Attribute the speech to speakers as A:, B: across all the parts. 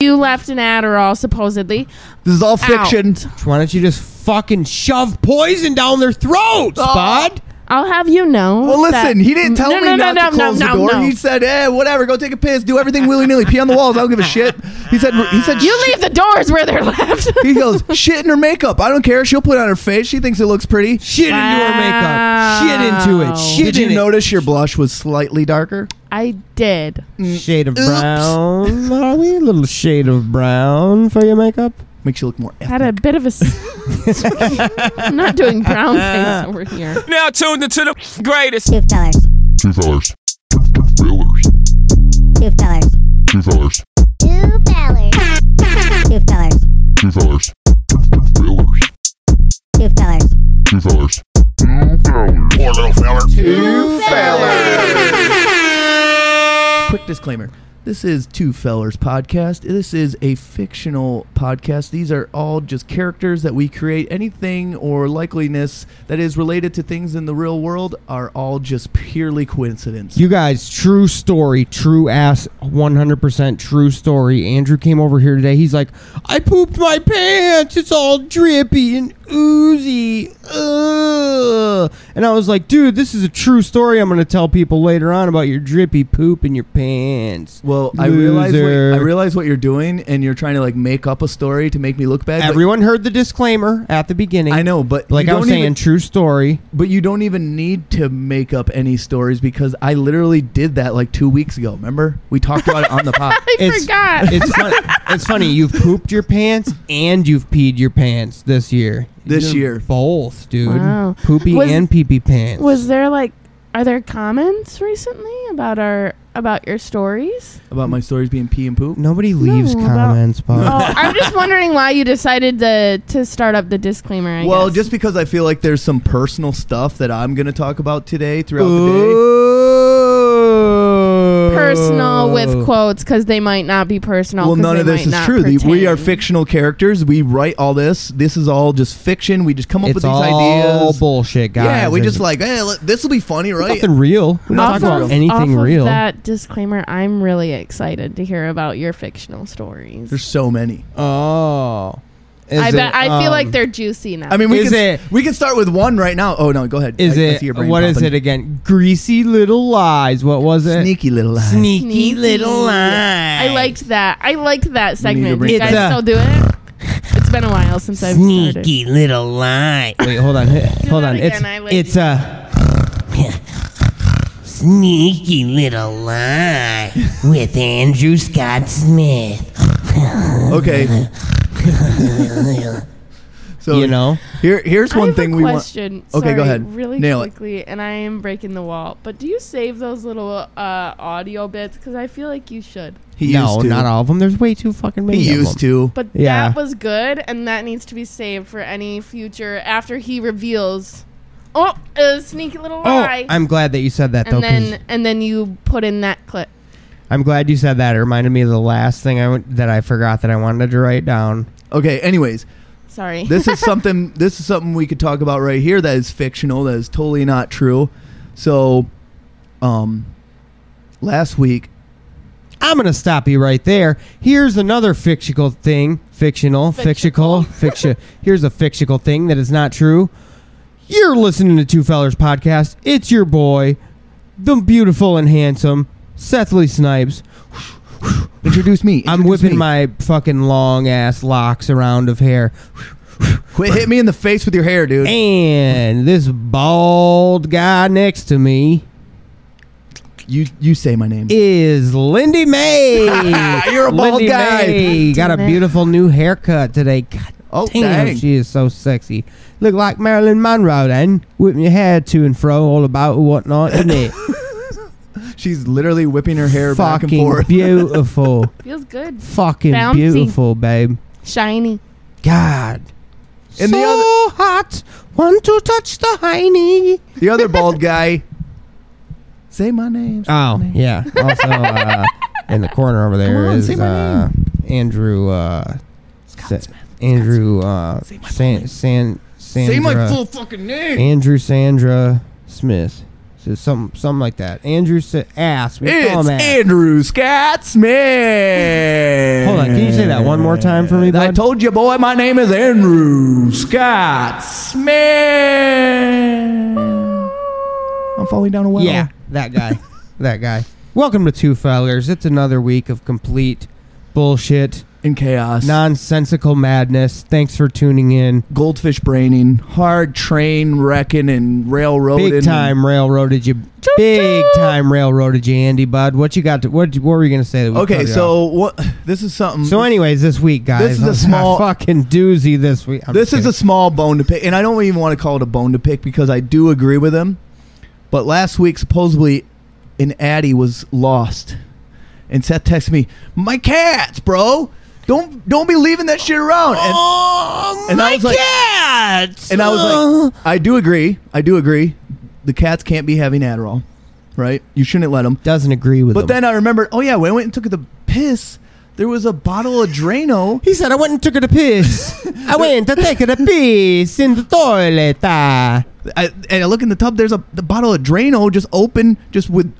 A: You left an Adderall, supposedly.
B: This is all fiction.
C: Why don't you just fucking shove poison down their throats, bud?
A: I'll have you know.
B: Well,
A: that-
B: listen, he didn't tell
A: No,
B: me
A: no, no,
B: not
A: no,
B: to close
A: no,
B: the
A: no,
B: door.
A: no.
B: He said, "Eh, whatever. Go take a piss. Do everything willy nilly. Pee on the walls. I don't give a shit." He said, "He said
A: You leave the doors where they're left.
B: He goes, "Shit in her makeup. I don't care. She'll put it on her face. She thinks it looks pretty."
C: Shit into her makeup. Shit into it.
A: Wow.
C: Shit
B: Did you
C: in it.
B: notice your blush was slightly darker?
A: I did.
C: Shade of brown, Harley. Little shade of brown for your makeup.
B: Makes you look more.
A: Had a bit of a. S- I'm not doing brown face over here.
D: Now tuned into the greatest.
E: Two fellers.
F: Two fellers. Two, two fellers.
E: Two fellers.
F: Two fellers.
E: Two fellers. Two fellers.
F: Two fellers. Two, two fellers.
E: Two fellers.
F: Two fellers. Two fellers. Poor little feller.
B: Two fellers. Quick disclaimer. This is Two Fellers Podcast. This is a fictional podcast. These are all just characters that we create. Anything or likeliness that is related to things in the real world are all just purely coincidence.
C: You guys, true story, true ass, 100% true story. Andrew came over here today. He's like, I pooped my pants. It's all drippy and oozy. Ugh. And I was like, dude, this is a true story I'm going to tell people later on about your drippy poop in your pants.
B: well, I realize, what, I
C: Loser.
B: realize what you're doing, and you're trying to like make up a story to make me look bad. but-
C: Everyone heard the disclaimer at the beginning.
B: I know, but
C: Like
B: you
C: I was
B: don't
C: saying,
B: even-
C: true story.
B: But you don't even need to make up any stories because I literally did that like two weeks ago. Remember? We talked about it on the pod.
A: I forgot.
C: It's, fun, it's funny. You've pooped your pants and you've peed your pants this year.
B: This
C: You're
B: year.
C: both, dude.
A: Wow.
C: Poopy
A: Was-
C: and pee pee pants.
A: Was there like, are there comments recently about our about your stories?
B: about my stories being pee and poop.
C: Nobody leaves
A: about-
C: comments,
B: Uh.
C: Bob.
A: Oh, I'm just wondering why you decided to to start up the disclaimer. I
B: well,
A: guess.
B: just because I feel like there's some personal stuff that I'm going to talk about today throughout the day.
A: personal with quotes because they might not be personal.
B: uh, Well,
A: 'cause
B: none
A: they
B: of this
A: might
B: is
A: not
B: true. The- we are
A: pertain.
B: fictional characters. We write all this. This is all just fiction. We just come up
C: It's
B: with these
C: all
B: ideas.
C: bullshit, guys.
B: yeah, we
C: There's
B: just like, eh, this will be funny, right?
C: nothing real. We're not
A: Off
C: talking
A: of-
C: about
A: off
C: anything
A: of
C: real.
A: that disclaimer, I'm really excited to hear about your fictional stories.
B: There's so many.
C: Oh, Is
A: I bet
C: it,
A: I feel
C: um,
A: like they're juicy now.
B: I mean, we
C: Is
B: can
C: it-
B: we can start with one right now. Oh no, go ahead.
C: Is
B: I- I
C: it
B: see your brain
C: what is
B: popping.
C: it again? Greasy little lies. What was it?
B: Sneaky little lies.
C: Sneaky,
A: Sneaky.
C: little lies.
A: I liked that. I liked that segment. Do
B: bring
A: you
C: it
A: guys
C: back.
A: still do it? It's been a while since I've started.
C: little lie. Wait, hold on, hold
A: that
C: on.
A: again,
C: It's
A: I would-
C: it's uh, a sneaky little lie with Andrew Scott Smith.
B: Okay. so
C: You know,
B: here here's
A: I
B: one
A: have
B: thing
A: a
B: we want.
A: question.
B: Okay, go
A: Sorry,
B: ahead.
A: Really
B: Nail it.
A: quickly, and I am breaking the wall. But do you save those little uh, audio bits? Because I feel like you should.
B: He
C: no,
B: used to.
C: not all of them. There's way too fucking many.
B: He
C: of
B: used
C: them.
B: to.
A: But
C: Yeah.
A: that was good, and that needs to be saved for any future after he reveals. Oh, a sneaky little lie.
C: Oh, I'm glad that you said that though.
A: and
C: 'cause
A: then and then you put in that clip.
C: I'm glad you said that. It reminded me of the last thing I went, that I forgot that I wanted to write down.
B: Okay. Anyways,
A: Sorry.
B: this is something. This is something we could talk about right here. That is fictional. That is totally not true. So, um, last week.
C: I'm gonna stop you right there. Here's another fictional thing. Fictional, fictional, fiction. Here's a fictional thing that is not true. You're listening to Two Fellers Podcast. It's your boy, the beautiful and handsome Seth Lee Snipes.
B: Introduce me.
C: I'm
B: introduce
C: whipping
B: me.
C: my fucking long ass locks around of hair.
B: Quit hit me in the face with your hair, dude.
C: And this bald guy next to me
B: You you say my name.
C: is Lindy May.
B: You're a bald
C: Lindy
B: guy.
C: May got a
A: Damn it.
C: beautiful new haircut today. God
B: Oh,
C: Damn,
B: dang.
C: she is so sexy. Look like Marilyn Monroe then, whipping your hair to and fro all about and whatnot, isn't it?
B: She's literally whipping her hair back and
C: Fucking
B: forth.
C: beautiful.
A: Feels good.
C: Fucking
A: Bouncy.
C: beautiful, babe.
A: Shiny.
C: God.
B: And
C: so
B: the
C: hot. Want to touch the hiney.
B: The other bald guy. Say my name.
C: Oh, yeah. Also, uh, in the corner over there
B: Come on,
C: is
B: say my
C: uh, Andrew. Uh, Sa- Andrew. Uh, San, San, Sandra.
B: fucking name.
C: Andrew Sandra Smith. So something, something like that. Andrew said ass. We call
B: It's
C: him ass.
B: Andrew Scott Smith.
C: Hold on, can you say that one more time for me,
B: I
C: bud?
B: told you, boy, my name is Andrew Scott Smith. I'm falling down a well.
C: Yeah, that guy. that guy. Welcome to Two Fellers. It's another week of complete bullshit,
B: In chaos.
C: nonsensical madness. Thanks for tuning in.
B: Goldfish braining. Hard train wrecking and railroading.
C: Big time railroaded you. Big time railroaded you, Andy Bud. What you got? To, what, what were you gonna say? That we cut
B: Okay,
C: you off?
B: so what? This is something.
C: So, anyways, this week,
B: This
C: guys,
B: is a
C: I was
B: small-
C: fucking doozy. This week, I'm
B: this
C: just
B: is a
C: kidding.
B: small bone to pick, and I don't even want to call it a bone to pick because I do agree with him. But last week, supposedly, an Addy was lost, and Seth texted me, "My cats, bro, don't don't be leaving that shit around." And, and I was like,
C: cats.
B: and I was like, I do agree, I do agree. The cats can't be having Adderall, right? You shouldn't let them.
C: doesn't agree with.
B: But
C: him.
B: then I remembered, oh yeah, when I went and took the piss, there was a bottle of Drano.
C: he said, "I went and took it a piss. I went to take it a piss in the toilet." ah."
B: I, and I look in the tub. There's a the bottle of Drano just open, just with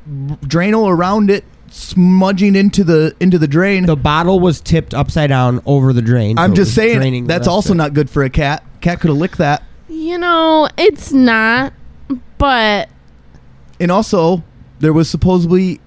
B: Drano around it, smudging into the into the drain.
C: The bottle was tipped upside down over the drain. so
B: I'm
C: it
B: just
C: was
B: saying
C: draining the
B: that's
C: rest
B: also
C: of it.
B: not good for a cat. Cat could have licked that.
A: You know, it's not, but
B: And also, there was supposedly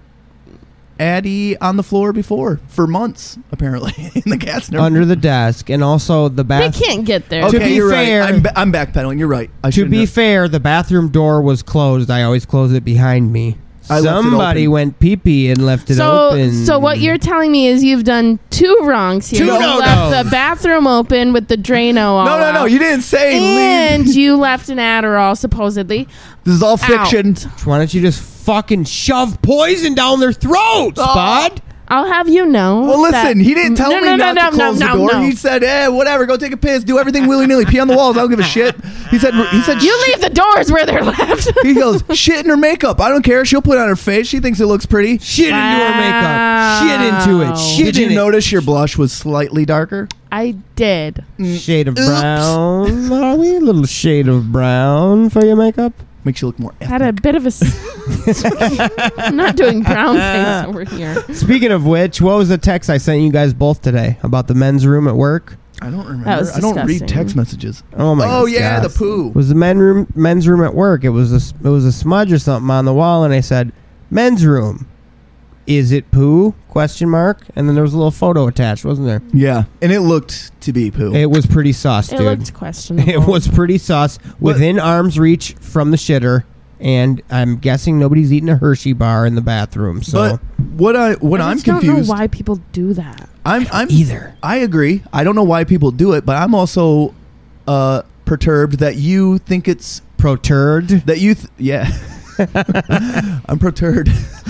B: Addy on the floor before for months, apparently. and the cat's never.
C: under the desk, and also the
A: they
C: bath.
A: can't get there.
B: okay,
C: be
B: you're
C: fair-
B: right. I'm, ba- I'm backpedaling. You're right. I
C: To
B: shouldn't
C: be
B: have-
C: fair, the bathroom door was closed. I always close it behind me.
B: I left it
C: Somebody
B: open.
C: went pee pee and left it
A: so,
C: open.
A: so what you're telling me is you've done two wrongs here.
C: Two
A: you
C: no-nos.
A: left the bathroom open with the Drano all
B: no, no, no!
A: out,
B: You didn't say. leave.
A: and you left an Adderall supposedly.
B: This is all fiction.
C: Why don't you just fucking shove poison down their throats,
A: Oh.
C: bud?
A: I'll have you know.
B: Well,
A: that-
B: listen, he didn't tell
A: No,
B: me
A: no, no,
B: not
A: no,
B: to close
A: no,
B: the
A: no, no.
B: door. He said, "Eh, whatever. Go take a piss. Do everything willy nilly. Pee on the walls. I don't give a shit." He said, "He said
A: You leave the doors where they're left.
B: He goes, "Shit in her makeup. I don't care. She'll put it on her face. She thinks it looks pretty."
C: Shit into her makeup. Shit into
A: Wow.
C: it. Shit
B: Did you
C: in it.
B: notice your blush was slightly darker?
A: I did.
B: Mm.
C: Shade of brown. Are we a little shade of brown for your makeup?
B: Makes you look more.
A: Had a bit of a. S- I'm not doing brown face over here.
C: Speaking of which, what was the text I sent you guys both today about the men's room at work?
B: I don't remember.
A: That was
B: I don't read
A: disgusting.
B: text messages.
C: Oh my!
B: oh yeah,
C: gosh.
B: the poo.
C: It was the men room, men's room at work. It was a s- it was a smudge or something on the wall, and I said, "Men's room, is it poo?" Question mark. And then there was a little photo attached, wasn't there?
B: yeah, and it looked to be poo.
C: It was pretty sus,
A: It
C: dude.
A: looked questionable.
C: it was pretty sus, within arm's reach from the shitter, and I'm guessing nobody's eating a Hershey bar in the bathroom. So
B: but what I what
A: I
B: I'm
A: just don't
B: confused.
A: know why people do that.
B: I'm I'm
C: either.
B: I agree. I don't know why people do it, but I'm also uh, perturbed that you think it's
C: Proturd.
B: that you th- yeah i'm perturbed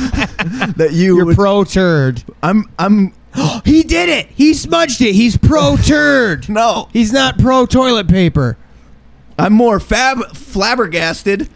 B: that you
C: You're
B: would-
C: proturd.
B: i'm i'm
C: he did it. He smudged it. He's proturd.
B: no
C: He's not pro toilet paper.
B: i'm more fab flabbergasted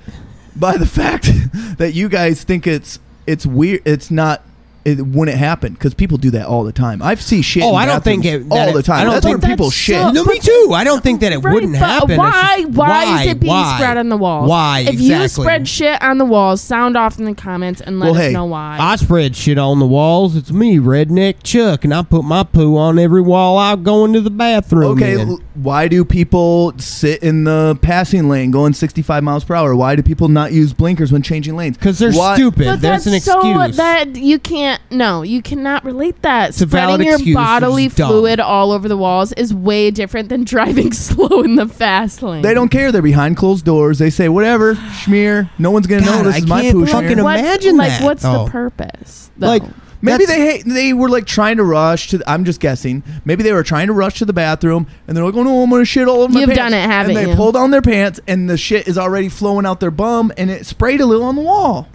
B: by the fact that you guys think it's it's weird it's not it wouldn't happen because people do that all the time i've seen shit
C: Oh,
B: in
C: I don't think
B: bathrooms
C: it- that
B: all
C: it-
B: the time
C: I don't
B: that's
C: think
B: where people
A: that's
B: shit
A: so-
C: No, me too. I don't think that it
A: Uh, Right,
C: wouldn't
A: but
C: happen. It's
A: Why?
C: just-
A: why? is it being
C: why?
A: spread on the walls?
C: Why?
A: If you
C: exactly.
A: spread shit on the walls, sound off in the comments and let
B: Well,
A: us
B: hey,
A: know why.
C: I spread shit on the walls. It's me, redneck Chuck, and I put my poo on every wall I go into the bathroom.
B: okay
C: in.
B: l- why do people sit in the passing lane going 65 miles per hour why do people not use blinkers when changing lanes
C: Because they're
B: Why-
C: stupid.
A: but
C: There's
A: that's
C: an excuse.
A: so that you can't. No, you cannot relate that.
C: a
A: Spreading
C: valid
A: your
C: excuse, it's
A: bodily
C: just dumb.
A: fluid all over the walls is way different than driving slow in the fast lane.
B: They don't care. They're behind closed doors. They say whatever, schmear. No one's gonna know
C: God,
B: this
C: I
B: is my
C: can't
B: poo
C: fucking
B: schmear.
C: im-
A: What's-
C: imagine
A: like,
C: that,
A: What's
C: though.
A: the purpose? Though?
C: like
B: Maybe
C: that's-
B: they hate, they were like trying to rush to. I'm just guessing. Maybe they were trying to rush to the bathroom, and they're like, "Oh no, I'm gonna shit all over my
A: You've
B: pants."
A: done it, haven't
B: and they
A: you?
B: pull down their pants, and the shit is already flowing out their bum, and it sprayed a little on the wall.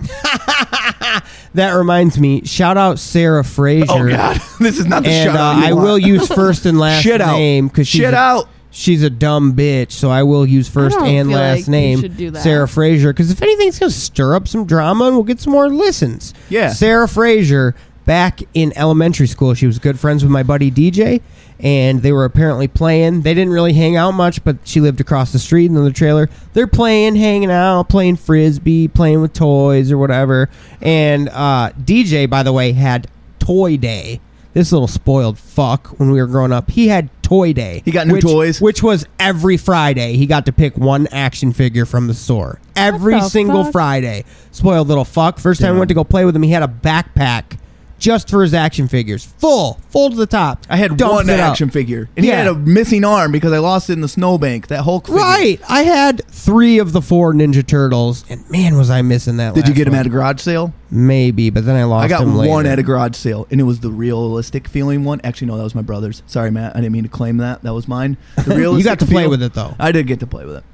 C: that reminds me. Shout out Sarah Fraser.
B: Oh god, this is not the
C: And
B: shout
C: uh,
B: out you
C: I
B: want.
C: will use first and last
B: shit out
C: name because she's
B: shit
C: a-
B: out.
C: she's a dumb bitch, so I will use first
A: don't
C: and
A: feel
C: last
A: like you
C: name
A: should do that.
C: Sarah Fraser because if anything's gonna stir up some drama and we'll get some more listens.
B: Yeah.
C: Sarah Fraser back in elementary school. She was good friends with my buddy DJ, and they were apparently playing. They didn't really hang out much, but she lived across the street in the trailer. They're playing, hanging out, playing frisbee, playing with toys or whatever. And uh, DJ, by the way, had toy day. This little spoiled fuck when we were growing up, he had toy day.
B: He got new
C: which-
B: toys?
C: which was every Friday. He got to pick one action figure from the store every
A: the
C: single
A: fuck?
C: Friday. Spoiled little fuck. First time I went to go play with him, he had a backpack just for his action figures, full, full to the top.
B: I had
C: Dumps
B: one
C: it out.
B: action figure, and
C: Yeah.
B: he had a missing arm because I lost it in the snowbank. That Hulk. Figure.
C: Right, I had three of the four Ninja Turtles, and man, was I missing that.
B: Did you
C: last
B: get him
C: one.
B: at a garage sale?
C: Maybe, but then I lost.
B: I got
C: him later.
B: one at a garage sale, and it was the realistic feeling one. Actually, no, that was my brother's. Sorry, Matt. I didn't mean to claim that. That was mine. The
C: You
B: realistic
C: got to play
B: feel-
C: with it though.
B: I did get to play with it.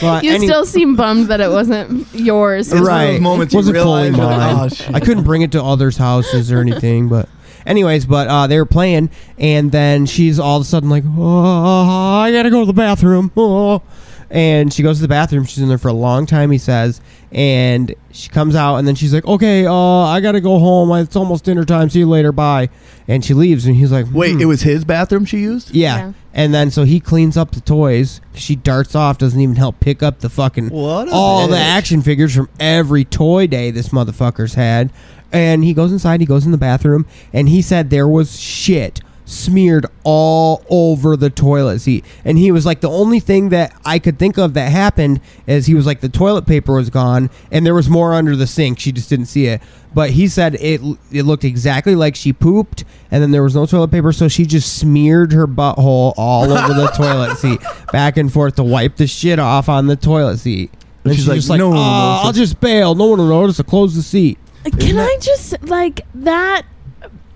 C: But
A: You
C: any-
A: still seem bummed that it wasn't yours.
B: It's one of those moments you
C: Wasn't fully
B: realize, like,
C: mine.
B: oh, shit.
C: I couldn't bring it to others' houses or anything, but anyways, but uh, they were playing, and then she's all of a sudden like, oh, I gotta go to the bathroom. Oh. And she goes to the bathroom. She's in there for a long time, he says. And she comes out, and then she's like, okay, uh, I gotta go home. It's almost dinner time. See you later. Bye. And she leaves, and he's like,
B: Wait,
C: hmm.
B: it was his bathroom she used.
C: Yeah.
A: Yeah.
C: And then so he cleans up the toys. She darts off, doesn't even help pick up the fucking
B: What a
C: all the
B: bitch.
C: action figures from every toy day this motherfucker's had. And he goes inside, he goes in the bathroom, and he said there was shit smeared all over the toilet seat. And he was like, the only thing that I could think of that happened is he was like, the toilet paper was gone, and there was more under the sink. She just didn't see it. But he said it it looked exactly like she pooped, and then there was no toilet paper, so she just smeared her butthole all over the toilet seat, back and forth to wipe the shit off on the toilet seat. And
B: She's
C: she's,
B: like,
C: just like,
B: "No
C: no
B: one will
C: I'll
B: notice."
C: just bail. No one will notice. I'll close the seat.
A: Can I just like that?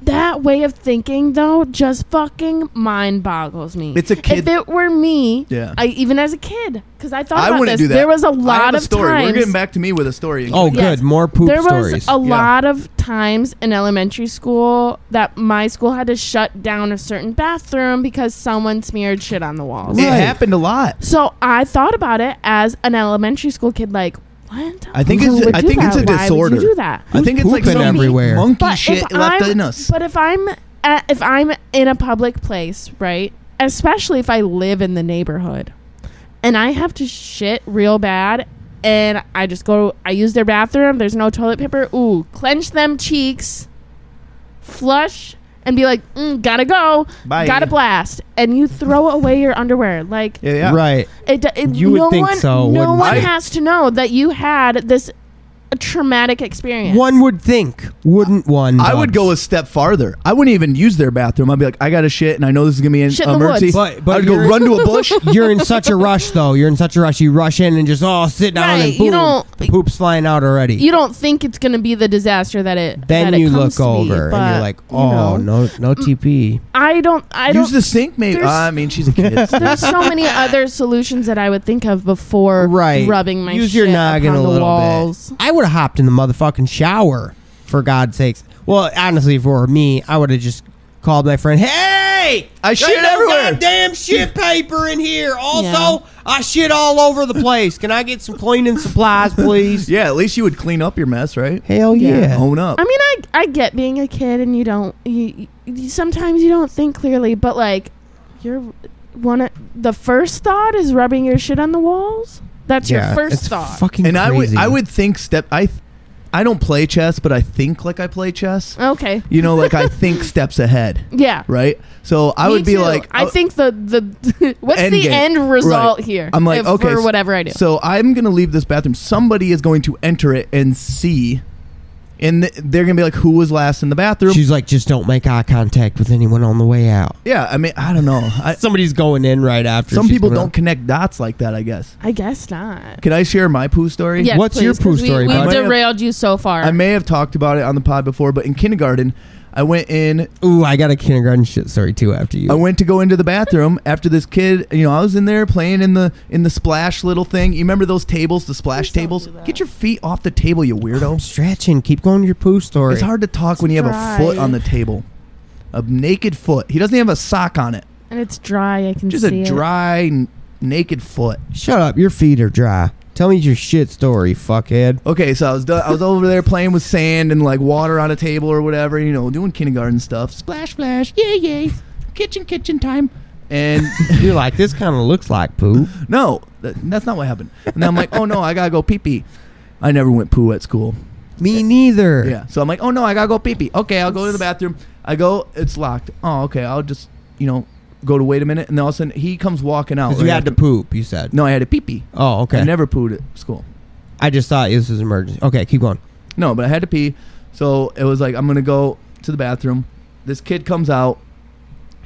A: That way of thinking, though, just fucking mind boggles me.
B: It's a kid-
A: If it were me,
B: Yeah.
A: I even as a kid, because I thought
B: I
A: about
B: wouldn't
A: this.
B: do that.
A: There was a
B: I have
A: lot
B: a
A: of
B: story.
A: times.
B: We're getting back to me with a story.
C: Oh,
A: Yes.
C: good. More poop
A: there
C: stories.
A: was a lot of times in elementary school that my school had to shut down a certain bathroom because someone smeared shit on the walls.
B: it
C: Right.
B: happened a lot.
A: So I thought about it as an elementary school kid, like, what?
B: I think
A: Who
B: it's-
A: would
B: I
A: do
B: think it's
A: that?
B: a
A: Why would
B: disorder.
A: you do that?
B: I think it's like
C: pooping
B: some
C: everywhere?
B: monkey
A: But
B: shit
A: if
B: left
A: I'm-
B: in us.
A: But if I'm at, if I'm in a public place, right? Especially if I live in the neighborhood, and I have to shit real bad, and I just go, I use their bathroom. There's no toilet paper. Ooh, clench them cheeks, flush, and be like, mm, gotta go,
B: Bye.
A: gotta blast, and you throw away your underwear. Like
B: yeah, yeah.
C: Right.
A: it, do- it
C: You would
A: no
C: think
A: one,
C: so,
A: No
C: wouldn't
A: one
B: you?
A: has to know that you had this traumatic experience.
C: One would think, wouldn't one?
B: I would
C: Dubs?
B: go a step farther. I wouldn't even use their bathroom. I'd be like, I got to shit, and I know this is gonna be an
A: Shit in the
B: emergency.
A: woods.
C: But- but
B: I'd go
C: you're-
B: run to a bush.
C: You're in such a rush, though. You're in such a rush. You rush in and just oh, sit down
A: Right,
C: and
A: you
C: boom,
A: don't-
C: the poop's flying out already.
A: you don't think it's going to be the disaster that it
C: then
A: that it
C: you
A: comes
C: look
A: to be,
C: over and
A: but,
C: you're like,
A: you
C: oh
A: know,
C: no, no TP.
A: I don't I
B: Use
A: don't
B: the sink, maybe.
A: There's-
B: I mean, she's a kid.
A: there's so many other solutions that I would think of before
C: Right.
A: rubbing my
C: Use
A: shit
C: your noggin
A: upon
C: a
A: the
C: little
A: walls.
C: bit. I would have hopped in the motherfucking shower, for God's sakes. Well, honestly, for me, I would have just called my friend. Hey,
B: I shit
C: there's no
B: everywhere."
C: Goddamn shit paper in here. Also,
A: Yeah.
C: I shit all over the place. Can I get some cleaning supplies, please?
B: yeah, at least you would clean up your mess, right?
C: Hell
A: Yeah.
C: yeah.
B: Own up.
A: I mean, I I get being a kid and you don't you, you sometimes you don't think clearly, but like you're one of the first thought is rubbing your shit on the walls. That's your first
C: it's
A: thought.
C: Fucking
B: and I would,
C: crazy.
B: I would think step. I, th- I don't play chess, but I think like I play chess.
A: okay.
B: You know, like I think steps ahead,
A: Yeah.
B: right? So I
A: Me
B: would be
A: too.
B: like,
A: I
B: oh,
A: think the the what's
B: end
A: the
B: game.
A: end result
B: Right.
A: here?
B: I'm like,
A: if-
B: okay,
A: for
B: s-
A: whatever I do.
B: So I'm gonna leave this bathroom. Somebody is going to enter it and see, and th- they're gonna be like, who was last in the bathroom?
C: She's like, just don't make eye contact with anyone on the way out.
B: yeah, I mean, I don't know. I,
C: Somebody's going in right after.
B: some
C: she's
B: people
C: going
B: don't
C: out.
B: connect dots like that. I guess.
A: I guess not.
B: Can I share my poo story?
A: Yes,
C: What's your
A: please, 'cause
C: poo
A: we-
C: story,
A: We,
B: bud?
A: have derailed you so far.
B: I may have talked about it on the pod before, but in kindergarten, I went in
C: Ooh, I got a kindergarten shit story too after you.
B: I went to go into the bathroom after this kid. You know, I was in there playing in the in the splash little thing. You remember those tables, the splash tables? Get your feet off the table, you
C: I'm
B: weirdo.
C: stretching. Keep going to your poo story.
B: It's hard to talk when you have
A: dry.
B: a foot on the table, a naked foot. He doesn't even have a sock on it.
A: and it's dry. I can
B: Just
A: see
B: a
A: it.
B: dry, n- naked foot.
C: Shut up. Your feet are dry. Tell me your shit story, fuckhead.
B: Okay, so I was done, I was over there playing with sand and like water on a table or whatever, you know, doing kindergarten stuff. Splash, splash, yay, yay, kitchen, kitchen time. And
C: You're like, this kind of looks like poop.
B: no, that, that's not what happened. And I'm like, oh no, I gotta go pee pee. I never went poo at school.
C: Me neither.
B: Yeah. So I'm like, oh no, I gotta go pee pee. Okay, I'll go to the bathroom. I go, it's locked. Oh, okay, I'll just, you know, go to wait a minute. And then all of a sudden he comes walking out.
C: 'Cause
B: right
C: you had to
B: after-
C: poop, you said.
B: Oh, No, I had to pee pee.
C: Oh, okay.
B: I never pooed at school.
C: I just thought this was an emergency. Okay, keep going.
B: No, but I had to pee. So it was like, I'm going to go to the bathroom. This kid comes out.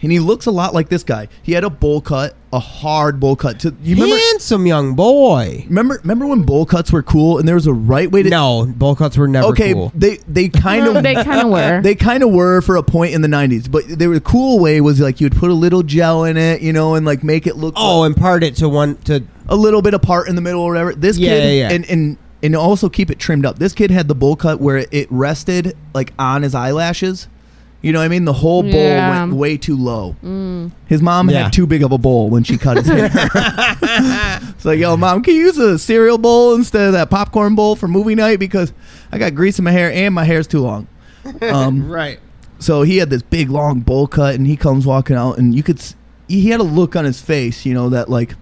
B: And he looks a lot like this guy. He had a bowl cut, a hard bowl cut. To you remember,
C: Handsome young boy.
B: remember, remember when bowl cuts were cool, and there was a right way to.
C: No, bowl cuts were never
B: okay,
C: cool.
B: they they kind
A: No,
B: of
A: they kind of were.
B: They kind of were for a point in the '90s, but they were the cool way was like you would put a little gel in it, you know, and like make it look
C: Oh, and part it to one to
B: a little bit apart in the middle or whatever. This
C: Yeah,
B: kid
C: yeah, yeah.
B: and and and also keep it trimmed up. This kid had the bowl cut where it rested like on his eyelashes. You know what I mean? The whole bowl
A: Yeah.
B: went way too low. His mom
C: Yeah.
B: had too big of a bowl when she cut his hair. it's like, yo, mom, can you use a cereal bowl instead of that popcorn bowl for movie night? Because I got grease in my hair and my hair's too long. Um,
C: right.
B: so he had this big long bowl cut, and he comes walking out, and you could s- he had a look on his face, you know, that like,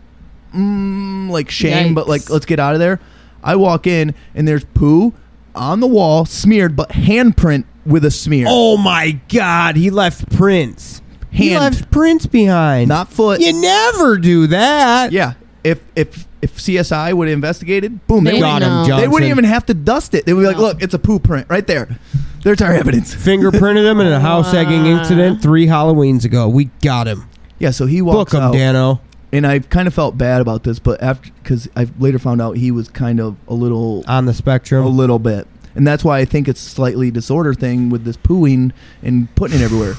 B: mm, like shame, but like
A: Yikes.
B: let's get out of there. I walk in, and there's poo on the wall, smeared, but handprint with a smear,
C: Oh my God, he left prints. He
B: Hand.
C: left prints behind.
B: not foot.
C: you never do that.
B: yeah. If if if CSI would have investigated, boom, they,
A: They
B: wouldn't-
C: got him,
A: know.
C: Johnson.
B: they wouldn't even have to dust it. They would be like,
A: No.
B: look, it's a poo print right there. There's our evidence.
C: fingerprinted him in a house egging
A: Wow.
C: incident three Halloweens ago. We got him.
B: Yeah, so he walks
C: Book him,
B: out.
C: Dano.
B: and I kind of felt bad about this, but after because I later found out he was kind of a little,
C: On the
B: a
C: spectrum.
B: little bit, and that's why I think it's slightly disorder thing with this pooing and putting it everywhere.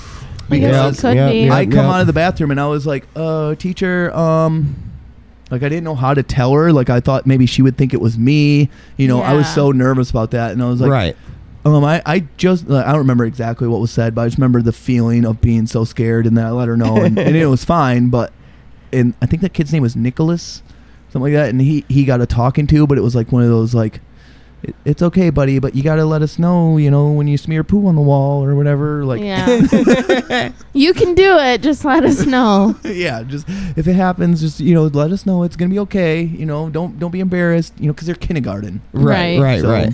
A: I guess
C: Yeah,
A: it could
C: yeah,
A: be.
C: yeah.
B: I come out of the bathroom and I was like, "Uh, teacher, um." Like I didn't know how to tell her. Like I thought maybe she would think it was me. You know, I was
A: Yeah.
B: so nervous about that, and I was like,
C: right.
B: um, I, I just I don't remember exactly what was said, but I just remember the feeling of being so scared, and then I let her know, and, and it was fine. But and I think that kid's name was Nicholas, something like that, and he he got a talking to, but it was like one of those like, "It- it's okay, buddy, but you gotta let us know, you know, when you smear poo on the wall or whatever, like yeah,
A: yeah. you can do it. Just let us know.
B: just if it happens, just you know, let us know, it's gonna be okay, you know, don't don't be embarrassed, you know, because they're kindergarten,
C: Right.
A: Right.
C: Right.
B: So,
C: right.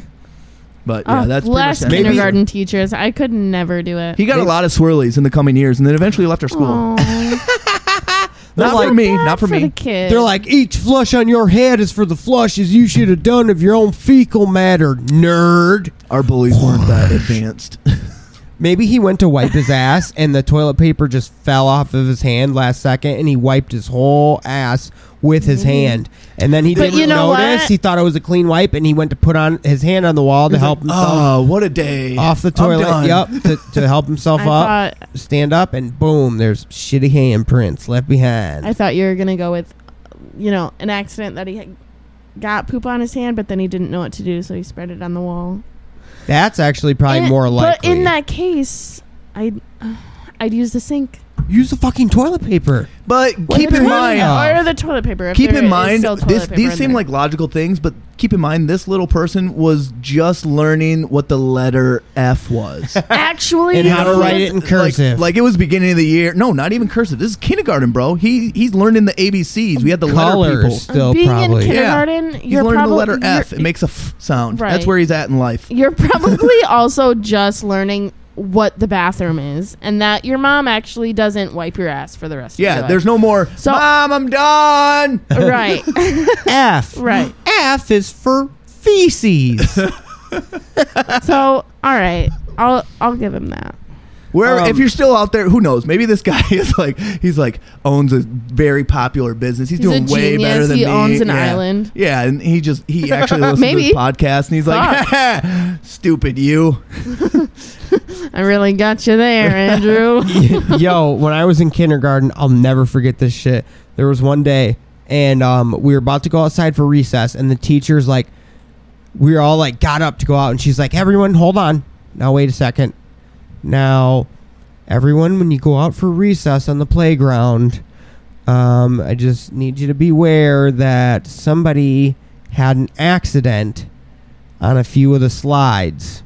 B: But yeah,
A: Oh,
B: that's pretty
A: bless
B: much that.
A: kindergarten teachers. I could never do it.
B: He got a lot of swirlies in the coming years, and then eventually left our school.
A: Aw.
B: Not for me.
A: Bad
B: Not for
A: the
B: me.
A: kids.
C: They're like, each flush on your head is for the flushes you should have done of your own fecal matter, nerd.
B: Our bullies weren't that advanced.
C: Maybe he went to wipe his ass and the toilet paper just fell off of his hand last second and he wiped his whole ass with his hand. And then he
A: Mm-hmm. But
C: didn't
A: you know
C: notice.
A: what?
C: He thought it was a clean wipe and he went to put on his hand on the wall to help himself
B: oh, what a day!
C: off the
B: I'm
C: toilet.
B: done.
C: Yep. To, to help himself
A: I
C: up,
A: thought
C: stand up, and boom, there's shitty handprints left behind.
A: I thought you were gonna go with, you know, an accident that he had got poop on his hand, but then he didn't know what to do, so he spread it on the wall.
C: That's actually probably
A: And-
C: more likely.
A: But in that case, I'd I'd use the sink.
C: Use the fucking toilet paper.
B: But keep
A: Or
B: in
A: the-
B: mind,
A: or the toilet paper. if
B: keep
A: there
B: in
A: is
B: mind,
A: still toilet
B: this,
A: paper
B: these
A: in
B: seem
A: there.
B: like logical things, but keep in mind this little person was just learning what the letter F was.
A: actually
C: And how to
A: this
C: write
A: is-
C: it in
B: Like-
C: cursive.
B: Like, it was beginning of the year. No, not even cursive. This is kindergarten, bro. He he's learning the ABCs. We had the letter people.
C: Colors still
A: being
C: probably.
A: in
B: Yeah.
A: kindergarten.
B: He's
A: you're
B: learning
A: probably
B: the letter F. It
A: you're-
B: makes a f sound. That's
A: Right.
B: where he's at in life.
A: you're probably also just learning what the bathroom is and that your mom actually doesn't wipe your ass for the rest of your
B: Yeah,
A: life.
B: there's no more.
A: So-
B: Mom, I'm done.
A: right
C: F.
A: right
C: F is for feces.
A: so all right i'll i'll give him that
B: Where
C: Um,
B: if you're still out there, who knows? Maybe this guy is like he's like owns a very popular business. He's,
A: He's
B: doing
A: a
B: way
A: genius.
B: better than
A: He
B: me.
A: owns an
B: yeah.
A: island.
B: Yeah, and he just he actually listens to
A: Maybe.
B: this podcast and he's like, stupid you.
A: i really got you there andrew
C: Yo, when I was in kindergarten, I'll never forget this shit. There was one day, and um, we were about to go outside for recess, and the teacher's like, we were all like got up to go out, and she's like, everyone, hold on. Now, wait a second. Now, everyone, when you go out for recess on the playground, um, I just need you to beware that somebody had an accident on a few of the slides,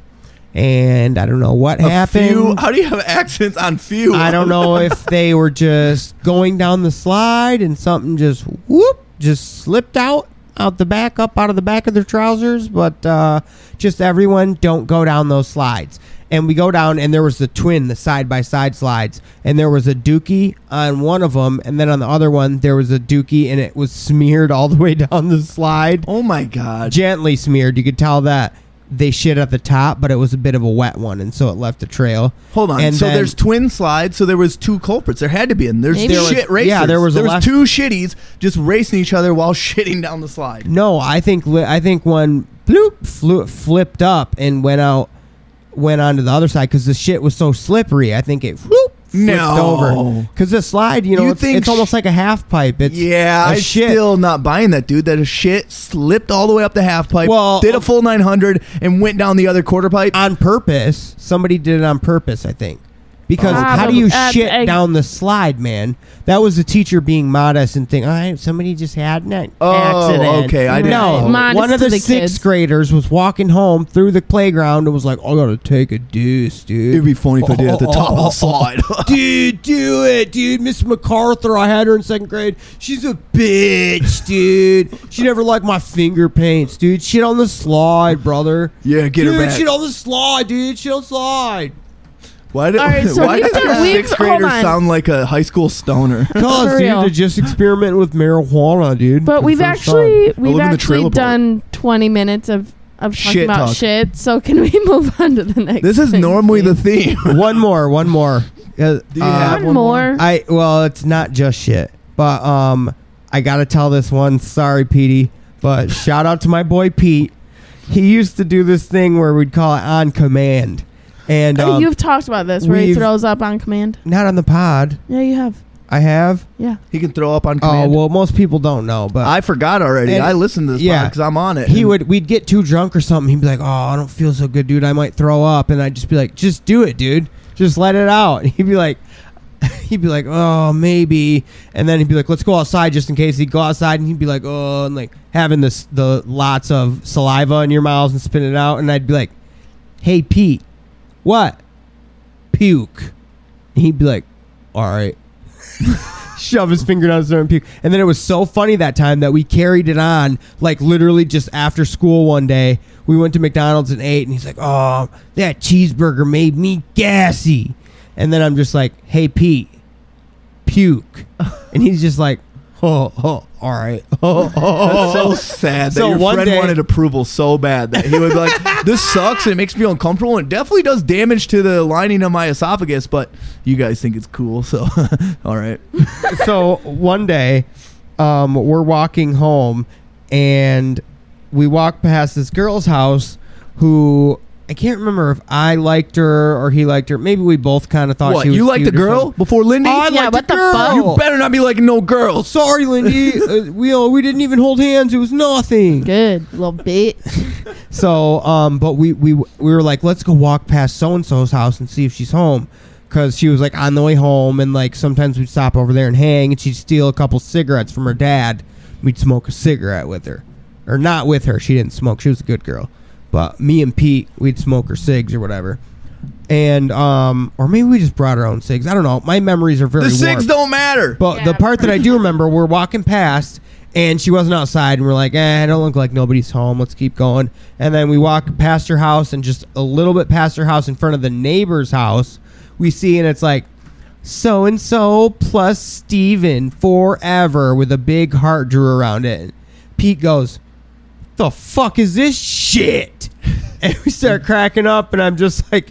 C: and I don't know what
B: A
C: happened.
B: few- how do you have accents on few?
C: I don't know if they were just going down the slide and something just whoop just slipped out out the back up out of the back of their trousers, but uh, just everyone don't go down those slides. And we go down, and there was the twin, the side by side slides, and there was a dookie on one of them, and then on the other one there was a dookie, and it was smeared all the way down the slide,
B: Oh my god.
C: gently smeared. You could tell that they shit at the top, but it was a bit of a wet one, and so it left a trail.
B: Hold on.
C: And
B: so
C: then-
B: there's twin slides. So there was two culprits. There had to be, and there's
A: Maybe- There was-
B: shit racers.
C: yeah, there was a
B: there was
C: left-
B: two shitties just racing each other while shitting down the slide.
C: No, I think li- I think one bloop flew, flipped up and went out, went onto the other side because the shit was so slippery. I think it whoop, flipped
B: No.
C: over because the slide, you know,
B: You
C: it's,
B: think
C: it's almost
B: sh-
C: like a half pipe. It's
B: Yeah,
C: a
B: I'm
C: shit.
B: still not buying that, dude. That a shit slipped all the way up the half pipe,
C: Well,
B: did a
C: um,
B: full 900, and went down the other quarter pipe.
C: on purpose. Somebody did it on purpose, I think.
B: Oh.
C: Because
A: Probably.
C: how do you
A: That's
C: shit
A: egg-
C: down the slide, man? That was the teacher being modest and think, all right, somebody just had an
B: Oh,
C: accident.
B: okay, I didn't
C: know.
B: know.
A: Modest
C: one of
A: to
C: the,
A: the
C: sixth
A: kids.
C: graders was walking home through the playground and was like, I gotta take a deuce, dude.
B: It'd be funny if I did at
C: Oh,
B: the top of the slide.
C: dude, do it, dude. Miss MacArthur, I had her in second grade. She's a bitch, dude. She never liked my finger paints, dude. Shit on the slide, brother.
B: Yeah, get her
C: dude,
B: back.
C: Shit on the slide, dude. Shit on the slide.
B: Why did,
A: All right, so
B: why
A: we've
B: does
A: got-
B: a
A: we've-
B: sixth
A: hold
B: grader
A: on.
B: sound like a high school stoner?
C: Cause
A: For
C: dude,
A: real.
C: to just experiment with marijuana, dude. for
A: But
C: the
A: we've
C: first
A: actually
C: time.
B: live
A: we've
B: in the
A: actually
B: trailer park.
A: done 20 minutes of of talking
B: Shit
A: about
B: talk.
A: shit. So can we move on to the next?
B: This is
A: thing,
B: normally the
A: please?
B: theme.
C: one more, one more. Uh,
B: Do you
C: uh,
B: have
A: one more.
C: I well, it's not just shit, but um, I gotta tell this one. Sorry, Petey, but shout out to my boy Pete. He used to do this thing where we'd call it on command, and
A: Uh,
C: um,
A: You've talked about this where he
C: we've-
A: throws up on command.
C: not on the pod.
A: Yeah, you have.
C: I have.
A: Yeah.
B: He can throw up on
C: Oh
B: command.
C: well, most people don't know, but
B: I forgot already.
C: And-
B: I listened to this
C: yeah.
B: because I'm on it.
C: he
B: And
C: would we'd get too drunk or something he'd be like oh i don't feel so good dude i might throw up and i'd just be like just do it dude just let it out and he'd be like he'd be like oh maybe and then he'd be like let's go outside just in case he'd go outside and he'd be like oh and like having this the lots of saliva in your mouth and spitting it out and i'd be like hey pete what puke and he'd be like all right shove his finger down his throat and puke. And then it was so funny that time that we carried it on, like literally just after school one day. We went to McDonald's and ate, and he's like, "Oh, that cheeseburger made me gassy." And then I'm just like, "Hey, Pete, puke," and he's just like, "Oh, oh all right." Oh,
B: That's
C: oh,
B: so
C: oh.
B: sad that
C: So
B: your
C: one
B: friend
C: day-
B: wanted approval so bad that he would be like, "This sucks and it makes me uncomfortable and it definitely does damage to the lining of my esophagus." But you guys think it's cool, so all right.
C: so one day, um, we're walking home, and we walk past this girl's house who I can't remember if I liked her or he liked her. Maybe we both kind of thought
B: what
C: she was
B: you like the
C: cute or
B: girl
C: something.
B: before Lindy?
C: Oh, I
A: Yeah,
C: liked
A: what
C: the
A: the
C: girl.
A: fuck?
B: you better not be liking no girls.
C: Sorry, Lindy. uh, we we didn't even hold hands. It was nothing.
A: Good little bitch.
C: So, um, but we we we were like, let's go walk past so and so's house and see if she's home, because she was like on the way home, and like sometimes we'd stop over there and hang, and she'd steal a couple cigarettes from her dad. We'd smoke a cigarette with her, or not with her. She didn't smoke. She was a good girl, but me and Pete, we'd smoke her cigs or whatever, and um, or maybe we just brought our own cigs. I don't know. My memories are very
B: the cigs
C: warped.
B: don't matter.
C: But the
A: Yeah,
C: part that I do remember, we're walking past and she wasn't outside, and we're like, eh, I don't look like nobody's home. Let's keep going. And then we walk past her house and just a little bit past her house in front of the neighbor's house, we see, and it's like, so and so plus Steven forever with a big heart drew around it. Pete goes, the fuck is this shit? And we start cracking up, and I'm just like,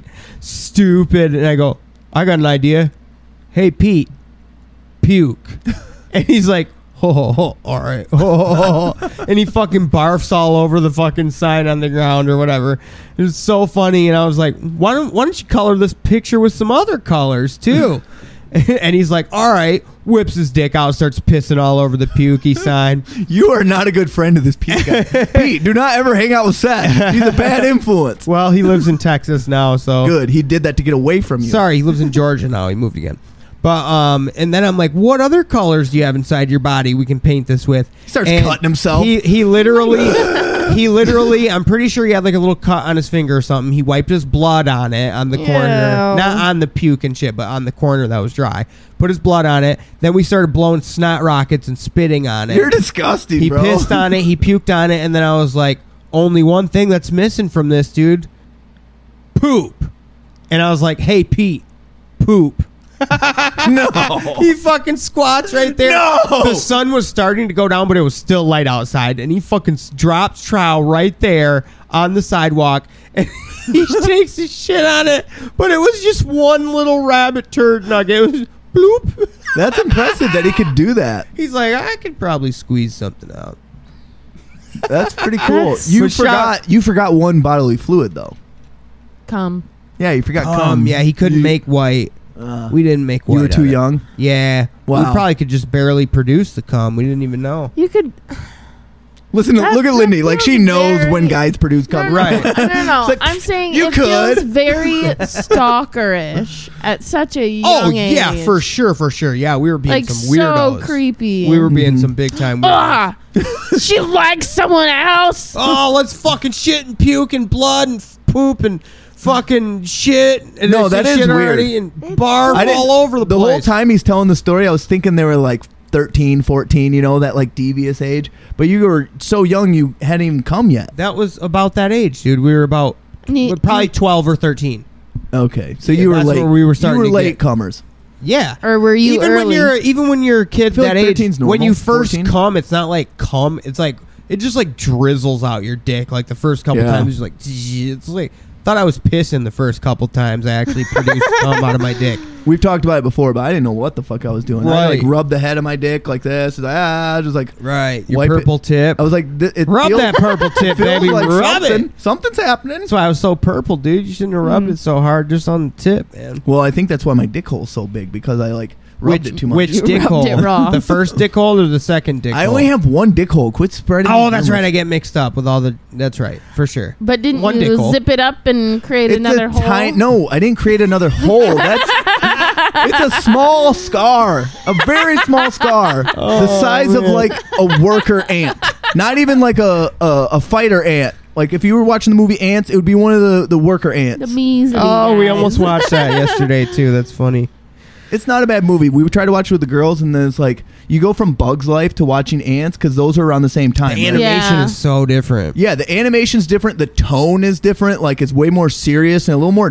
C: stupid. And I go, I got an idea. Hey, Pete, puke. And he's like, ho, ho, ho, all right. Ho, ho, ho, ho. and he fucking barfs all over the fucking sign on the ground or whatever. It was so funny. And I was like, why don't, why don't you color this picture with some other colors too? and he's like, all right. Whips his dick out, starts pissing all over the pukey sign.
B: you are not a good friend to this Pete guy. Pete, do not ever hang out with Seth. He's a bad influence.
C: Well, he lives in Texas now, so
B: Good. He did that to get away from you.
C: Sorry, he lives in Georgia now. He moved again. But um, and then I'm like, what other colors do you have inside your body we can paint this with? He
B: starts cutting himself.
C: He he literally he literally I'm pretty sure he had like a little cut on his finger or something. He wiped his blood on it on the corner,
A: Ew.
C: not on the puke and shit, but on the corner that was dry. Put his blood on it. Then we started blowing snot rockets and spitting on it.
B: You're disgusting,
C: He
B: bro.
C: pissed on it. He puked on it, and then I was like, "Only one thing that's missing from this, dude. Poop." And I was like, "Hey, Pete, poop."
B: no.
C: He fucking squats right there.
B: No!
C: The sun was starting to go down, but it was still light outside, and he fucking s- drops trowel right there on the sidewalk, and he takes his shit on it. But it was just one little rabbit turd nugget. It was bloop.
B: That's impressive that he could do that.
C: He's like, I could probably squeeze something out.
B: That's pretty cool.
A: That's-
B: You
C: But shout-
B: forgot you forgot one bodily fluid though.
A: Come.
B: Yeah, you forgot
C: Um,
B: cum.
C: yeah, he couldn't
B: You-
C: make white.
B: uh,
C: We didn't make white.
B: you were too
C: on it.
B: young.
C: Yeah. We
B: Wow.
C: probably could just barely produce the cum. We didn't even know.
A: You could.
B: Listen, to,
A: That's-
B: look at Lindy. Like she
A: that's
B: knows
A: very-
B: when guys produce
A: No, no,
B: cum.
A: no,
C: Right.
A: No, no, no.
B: like,
A: I'm saying
B: you
A: it feels
B: could.
A: very stalkerish at such a young
C: oh
A: age.
C: yeah, for sure, for sure. Yeah, we were being
A: Like
C: some weirdos.
A: so creepy.
C: We were being
B: Mm-hmm.
C: some big time weirdos.
A: Ah, she likes someone else.
C: oh, let's fucking shit and puke and blood and f- poop and fucking shit. And
B: No,
C: there's
B: that
C: this
B: is
C: shit
B: weird.
C: already and barf
B: I didn't-
C: all over the,
B: the whole
C: place.
B: time he's telling the story, I was thinking they were like 13, 14, you know, that like devious age. But you were so young, you hadn't even come yet.
C: That was about that age, dude. We were about
A: Ne-
C: probably twelve or thirteen.
B: Okay, so
C: Yeah,
B: you were
C: that's
B: late.
C: where we were starting
B: You
C: to
B: were
C: get-
B: late comers.
C: Yeah.
A: Or were you
C: even when
A: early?
C: you're even when you're a kid
B: feel
C: that
B: like
C: age,
B: 13's
C: when
B: normal,
C: you first
B: 14.
C: come, it's not like come. It's like it just like drizzles out your dick. Like the first couple
B: Yeah.
C: times, it's like "Zzz," it's like thought I was pissing the first couple times I actually produced cum out of my dick.
B: We've talked about it before, but I didn't know what the fuck I was doing. I like
C: Right.
B: rubbed the head of my dick like this. and ah, just like
C: Right, your
B: Wipe it.
C: purple tip.
B: I was like, th- it
C: rub
B: feels-
C: that purple tip,
B: feels
C: baby.
B: like
C: rub
B: something.
C: it.
B: Something's happening.
C: That's why I was so purple, dude. You shouldn't have rubbed
A: Mm.
C: it so hard just on the tip, man.
B: Well, I think that's why my dick hole's so big because I like rubbed
C: which
B: it too much.
C: which
A: You
C: dick
A: rubbed it
C: hole?
A: raw.
C: The first dick hole or the second dick
B: I
C: hole?
B: only have one dick hole. Quit spreading.
C: Oh,
B: the
C: that's
B: rumors.
C: right. I get mixed up with all the. That's right, for sure.
A: but didn't
C: one
A: you
C: dick hole.
A: zip it up and create
B: It's
A: another
B: a
A: hole?
B: ti- no, I didn't create another hole. That's it's a small scar, a very small scar, the size of
C: Oh, man.
B: like a worker ant. Not even like a, a a fighter ant. Like if you were watching the movie Ants, it would be one of the the worker
A: The
B: ants.
A: measly.
C: Oh, we
A: guys.
C: almost watched that yesterday too. That's funny.
B: It's not a bad movie. We tried to watch it with the girls, and then it's like you go from Bugs Life to watching Ants because those are around the same time. right?
C: Animation
A: Yeah.
C: is so different.
B: Yeah, the animation's different. The tone is different. Like it's way more serious and a little more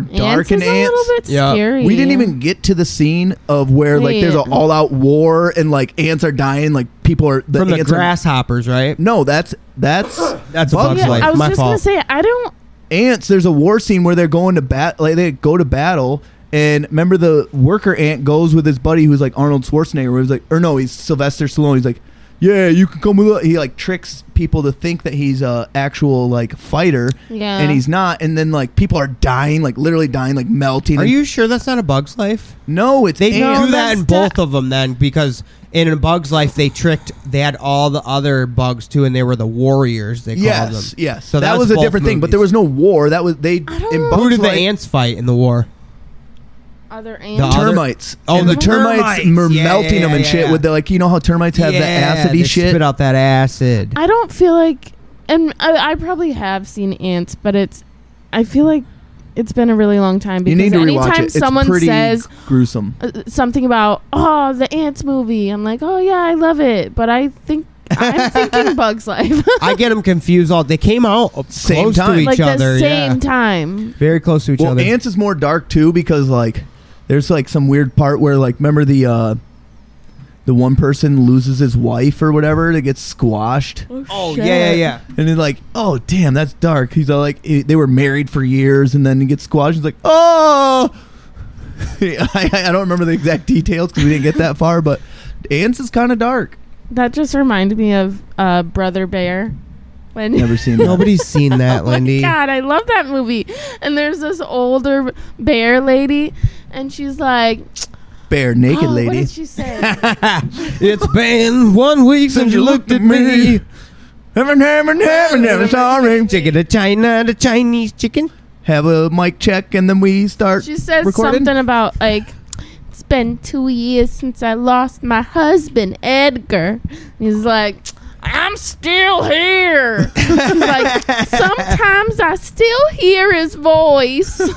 A: Ants
B: dark in
A: is a
B: ants.
A: little bit
C: Yeah.
A: scary.
B: We didn't even get to the scene of where like there's
A: Wait.
B: an all-out war and like ants are dying, like people are the
C: From the
B: ants
C: grasshoppers, right?
B: Are, no, that's that's
C: That's a
B: Bugs
C: bug's
A: Yeah,
C: life.
A: I was
C: My
A: just
C: fault.
A: gonna say I don't.
B: ants. There's a war scene where they're going to bat, like they go to battle. And remember, the worker ant goes with his buddy, who's like Arnold Schwarzenegger. Where he's like, or no, he's Sylvester Stallone. He's like, yeah, you can come with. us." He like tricks people to think that he's a actual like fighter,
A: Yeah.
B: and he's not. And then like people are dying, like literally dying, like melting.
C: Are you sure that's not a bug's life?
B: No, it's
C: They
B: ants.
C: do that
A: that's
C: in
A: the-
C: both of them then because in a bug's life they tricked they had all the other bugs too and they were the warriors they called
B: Yes,
C: them.
B: yes.
C: So
B: that
C: that's
B: was a
C: both
B: different thing, but
C: movies.
B: there was no war. That was they.
A: I don't
B: in
A: know.
B: Bugs
C: Who did the
B: Life-
C: ants fight in the war?
A: Other ants.
C: other-
B: Termites.
C: Oh,
B: and
C: the
B: the termites,
C: termites.
B: were
C: Yeah,
B: melting
C: yeah,
B: them and
C: yeah,
B: shit.
C: yeah.
B: With the like, you know how termites have
C: Yeah,
B: the
C: they
B: acidy shit.
C: Spit out that acid.
A: I don't feel like, and I, I probably have seen ants, but it's. I feel like it's been a really long time
B: you
A: because
B: need to rewatch
A: anytime
B: it. It's
A: someone
B: pretty
A: says
B: gruesome.
A: uh, something about oh the ants movie, I'm like oh yeah I love it, but I think I'm thinking Bugs Life
C: I get them confused all. They came out up
B: Same
C: close
B: time.
C: to each
A: like
C: other.
A: the same
C: yeah.
A: time.
C: Very close to each
B: Well,
C: other.
B: ants is more dark too because like there's like some weird part where like remember the uh the one person loses his wife or whatever that gets squashed.
C: oh, yeah, yeah, yeah.
B: And then like, oh damn, that's dark. He's all like, eh, they were married for years, and then he gets squashed. He's like, oh. I, I don't remember the exact details because we didn't get that far, but ants is kind of dark.
A: That just reminded me of uh, Brother Bear. When Oh
B: Never seen that.
C: Nobody's seen that, Lindy.
A: God, I love that movie. And there's this older bear lady, and she's like,
B: Bare naked
A: oh, What
B: lady.
A: did she say?
C: it's been one week since you looked at me.
B: Never, never, never, never sorry.
C: Chicken to China, the Chinese chicken.
B: Have a mic check, and then we start.
A: she says
B: recording?
A: something about like It's been two years since I lost my husband, Edgar. And he's like, I'm still here. He's like, sometimes I still hear his voice.
B: she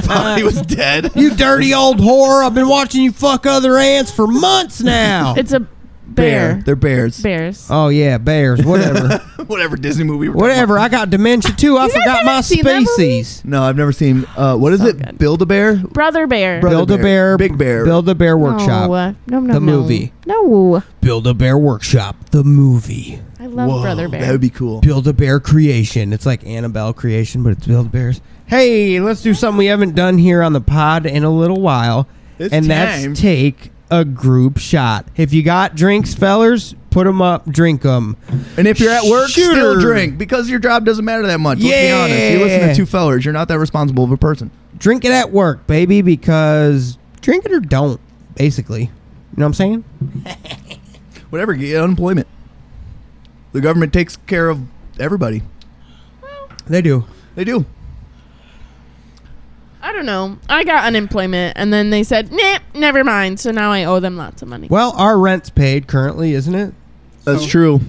B: thought he was dead.
C: You dirty old whore! I've been watching you fuck other ants for months now.
A: it's a bear.
B: They're bears.
A: Bears.
C: oh yeah, bears. Whatever,
B: Whatever Disney movie. We're talking
C: whatever. I got dementia too. I
A: guys
C: forgot
A: haven't
C: my
A: seen that movie?
C: species.
B: about. No, I've never seen. Uh, what is
A: So
B: it?
A: good.
B: Build a bear.
A: Brother bear.
B: Oh. Brother
C: Build a bear.
B: Big bear.
C: Build a bear workshop.
A: No, uh, no, no, no.
C: The movie.
A: No.
C: Build a bear workshop. The movie.
A: I love Brother Bear.
B: That would be cool.
C: Build a Bear creation. It's like Annabelle creation, but it's Build Bears. Hey, let's do something we haven't done here on the pod in a little while,
B: It's
C: and
B: time.
C: that's take a group shot. If you got drinks, fellers, put them up, drink them.
B: And if you're at work, still
C: Shooter.
B: drink because your job doesn't matter that much. Let's be
C: Yeah.
B: honest. You listen to two fellers. You're not that responsible of a person.
C: Drink it at work, baby, because drink it or don't, basically. You know what I'm saying?
B: Whatever. Get unemployment. The government takes care of everybody.
C: They do.
B: They do.
A: I don't know. I got unemployment, and then they said, nah, never mind. So now I owe them lots of money.
C: Well, our rent's paid currently, isn't it?
B: That's true.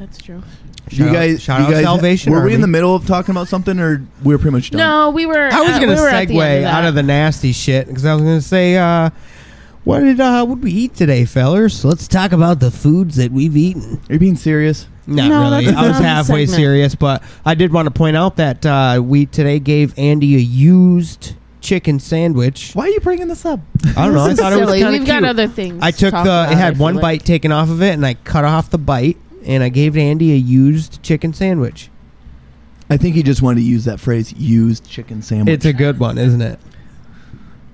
A: That's true.
B: Do you
C: Shout out-
B: guys,
C: shout
B: you
C: out
B: guys,
C: Salvation
B: Were we in
C: Army.
B: the middle of talking about something, or we were pretty much done?
A: No, we were.
C: I was
A: uh,
C: gonna
A: we were at the end
C: segue out of the nasty shit because I was gonna say, uh, what did uh, what we eat today, fellers? Let's talk about the foods that we've eaten.
B: Are you being serious?
C: Not
A: No,
C: really.
A: that's
C: I was
A: another
C: halfway
A: segment.
C: serious, but I did want to point out that uh, we today gave Andy a used chicken sandwich.
B: Why are you bringing this up?
C: I don't know. I
A: This is
C: thought it was
A: silly.
C: kind
A: We've
C: of
A: got
C: cute.
A: other things.
C: I
A: to
C: took
A: talk
C: the.
A: about,
C: It
A: I
C: had
A: feel
C: one
A: like.
C: bite taken off of it, and I cut off the bite, and I gave Andy a used chicken sandwich.
B: I think he just wanted to use that phrase "used chicken sandwich."
C: It's a good one, isn't it?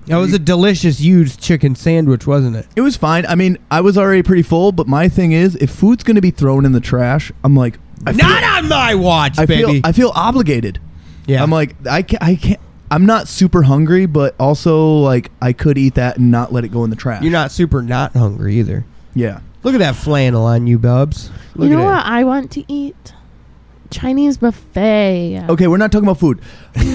C: That was a delicious used chicken sandwich, wasn't it?
B: it was fine. I mean, I was already pretty full, but my thing is, if food's going to be thrown in the trash, I'm like, I feel,
C: Not on my watch,
B: I
C: baby.
B: feel, I feel obligated.
C: yeah,
B: I'm like, I can't, I can't. I'm not super hungry, but also like I could eat that and not let it go in the trash.
C: you're not super not hungry either.
B: yeah.
C: Look at that flannel on you, Bubs. Look
A: You know
C: at
A: what I want to eat? Chinese buffet.
C: Oh.
B: Okay, we're not talking about food.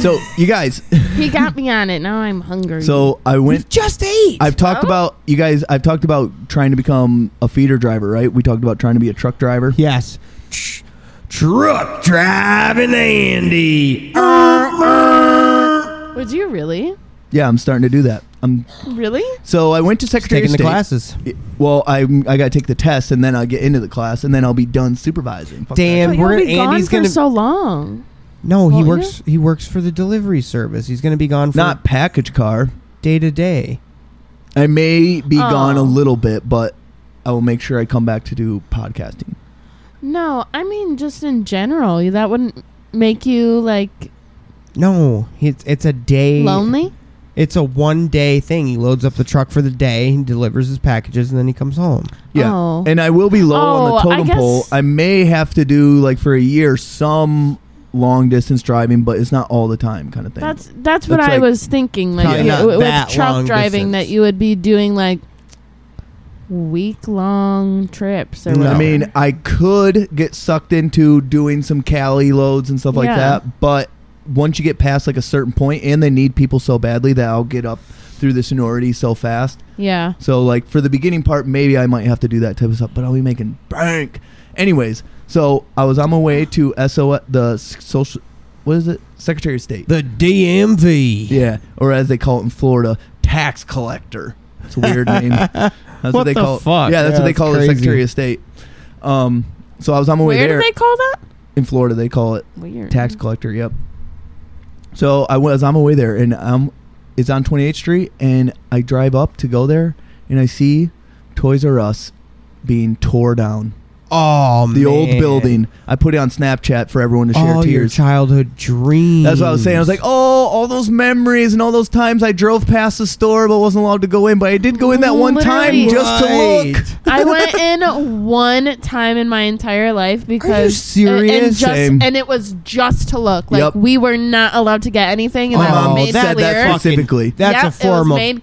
B: So you guys,
A: He got me on it. Now I'm hungry.
B: so I
C: it.
B: went.
C: just ate.
B: I've talked
A: Oh.
B: about you guys. I've talked about trying to become a feeder driver, right? We talked about trying to be a truck driver.
C: yes. Tr- Truck driving Andy.
A: would you really?
B: Yeah, I'm starting to do that. I'm
A: Really?
B: so I went to Secretary
C: Taking
B: of State.
C: the classes.
B: It- Well, I I got to take the test and then I'll get into the class and then I'll be done supervising. Fuck
C: Damn. And
A: But
C: we're-
A: you'll be
C: Andy's
A: gone
C: gonna-
A: for so long.
C: No, he
A: Well,
C: works. He works for the delivery service. He's going to be gone
B: that.
C: for
B: Not package car.
C: day to day.
B: I may be gone a
A: Oh.
B: little bit, but I will make sure I come back to do podcasting.
A: No, I mean just in general. That wouldn't make you like
C: No, it's it's a day.
A: lonely.
C: It's a one day thing. He loads up the truck for the day. He delivers his packages, and then he comes home.
B: Yeah,
A: Oh.
B: and I will be low on
A: Oh,
B: the
A: I
B: totem pole.
A: guess-
B: I may have to do like for a year some long distance driving, but it's not all the time kind of thing.
A: That's that's what
B: That's
A: I
B: like-
A: was thinking.
C: Probably
A: Like
C: not
A: you- with
C: that long
A: truck driving,
C: distance.
A: that you would be doing like week long trips. Or
B: No. I
A: whatever.
B: mean, I could get sucked into doing some Cali loads and stuff like
A: Yeah.
B: that, but once you get past like a certain point, and they need people so badly that I'll get up through the sonority so fast.
A: yeah.
B: So like for the beginning part, maybe I might have to do that type of stuff, but I'll be making bank. Anyways, so I was on my way to SO the s- social, what is it? Secretary of State.
C: The DMV.
B: yeah, or as they call it in Florida, tax collector. It's a weird name. That's what,
C: What
B: they
C: the
B: call
C: fuck?
B: It. Yeah, that's
C: Yeah,
B: what they
C: that's
B: call
C: crazy.
B: it, Secretary of State. Um, so I was on my way
A: Where
B: there
A: do they Mm-hmm. call that?
B: in Florida. They call it
A: Weird.
B: tax collector. Yep. So I was on my way there, and um, it's on 28th Street, and I drive up to go there, and I see Toys R Us being tore down.
C: Oh,
B: The old
C: man. Oh,
B: building. I put it on Snapchat for everyone to share
C: All your
B: tears.
C: childhood dreams.
B: That's what I was saying. I was like, oh, all those memories and all those times I drove past the store but wasn't allowed to go in, but I did go in that one time
A: Literally.
B: just to look.
C: Right.
A: I went in one time in my entire life because
C: serious?
A: And, and just
B: Same.
A: and it was just to look. Like
B: Yep.
A: we were not allowed to get anything, and
B: My
A: that was
B: mom
A: made
B: said
A: clear.
B: that specifically.
C: That's
A: Yep,
C: a form
A: it was
C: of
A: made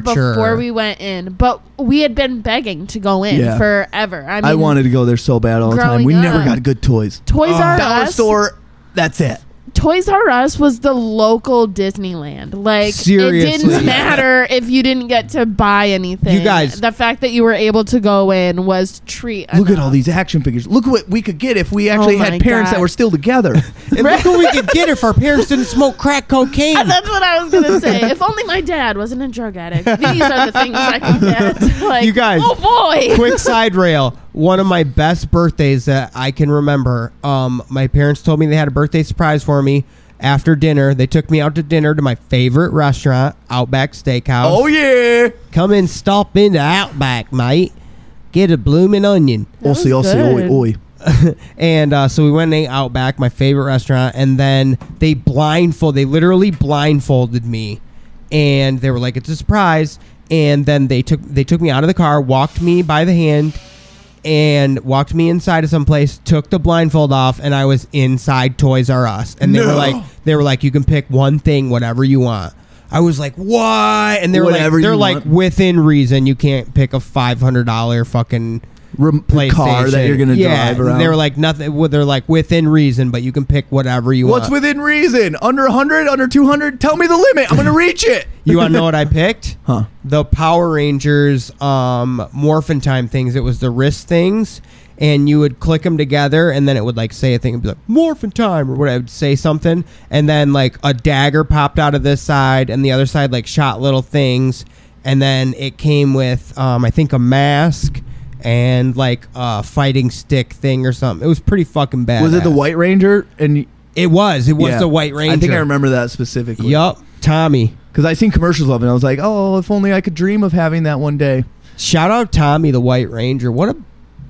A: clear before we went in, but we had been begging to go in
B: Yeah.
A: forever. I mean,
B: I wanted to go there so bad all the time.
A: growing
B: We never
A: up.
B: got good toys.
A: Toys R
B: Dollar
A: Us.
B: store, that's it.
A: Toys R Us was the local Disneyland. Like it
C: Seriously.
A: didn't matter if you didn't get to buy anything.
C: You guys-
A: the fact that you were able to go in was treat.
B: Look at
A: enough.
B: all these action figures. Look what we could get if we actually
A: Oh my
B: had parents
A: God.
B: that were still together.
C: And look what we could get if our parents didn't smoke crack cocaine.
A: That's what I was gonna say. If only my dad wasn't a drug addict. These are the things I can get. Like,
C: You guys-
A: Oh boy.
C: quick side rail one of my best birthdays that i can remember um, my parents told me they had a birthday surprise for me after dinner they took me out to dinner to my favorite restaurant outback steakhouse
B: oh yeah.
C: come and stop into outback mate get a bloomin' onion
A: was
B: Ossi, ossi, oi,
A: good.
B: oi.
C: and uh, so we went and ate Outback, my favorite restaurant, and then they blindfold, they literally blindfolded me, and they were like, "It's a surprise." And then they took they took me out of the car, walked me by the hand, and walked me inside of someplace, took the blindfold off, and I was inside Toys R Us, and they were
B: No.
C: like, they were like, "You can pick one thing, whatever you want." I was like, "What?" And they were
B: Whatever you
C: like, "They're like
B: want.
C: within reason, you can't pick a five hundred dollar fucking."
B: Rem-
C: PlayStation.
B: car that you're gonna
C: yeah,
B: drive around.
C: They were like nothing. Well, they're like within reason, but you can pick whatever you
B: What's
C: want.
B: within reason? Under 100, under 200? Tell me the limit. I'm going to reach it.
C: you want to know what I picked?
B: Huh.
C: The Power Rangers um, Morphin Time things. It was the wrist things, and you would click them together, and then it would like say a thing and be like Morphin Time or whatever. It would Say something, and then like a dagger popped out of this side, and the other side like shot little things, and then it came with um, I think a mask. And like a fighting stick thing or something. It was pretty fucking bad.
B: Was it the White Ranger? And
C: It was. It was
B: yeah.
C: the White Ranger.
B: I think I remember that specifically.
C: Yup, Tommy.
B: Because I seen commercials of it. And I was like, oh, if only I could dream of having that one day.
C: Shout out Tommy the White Ranger. What a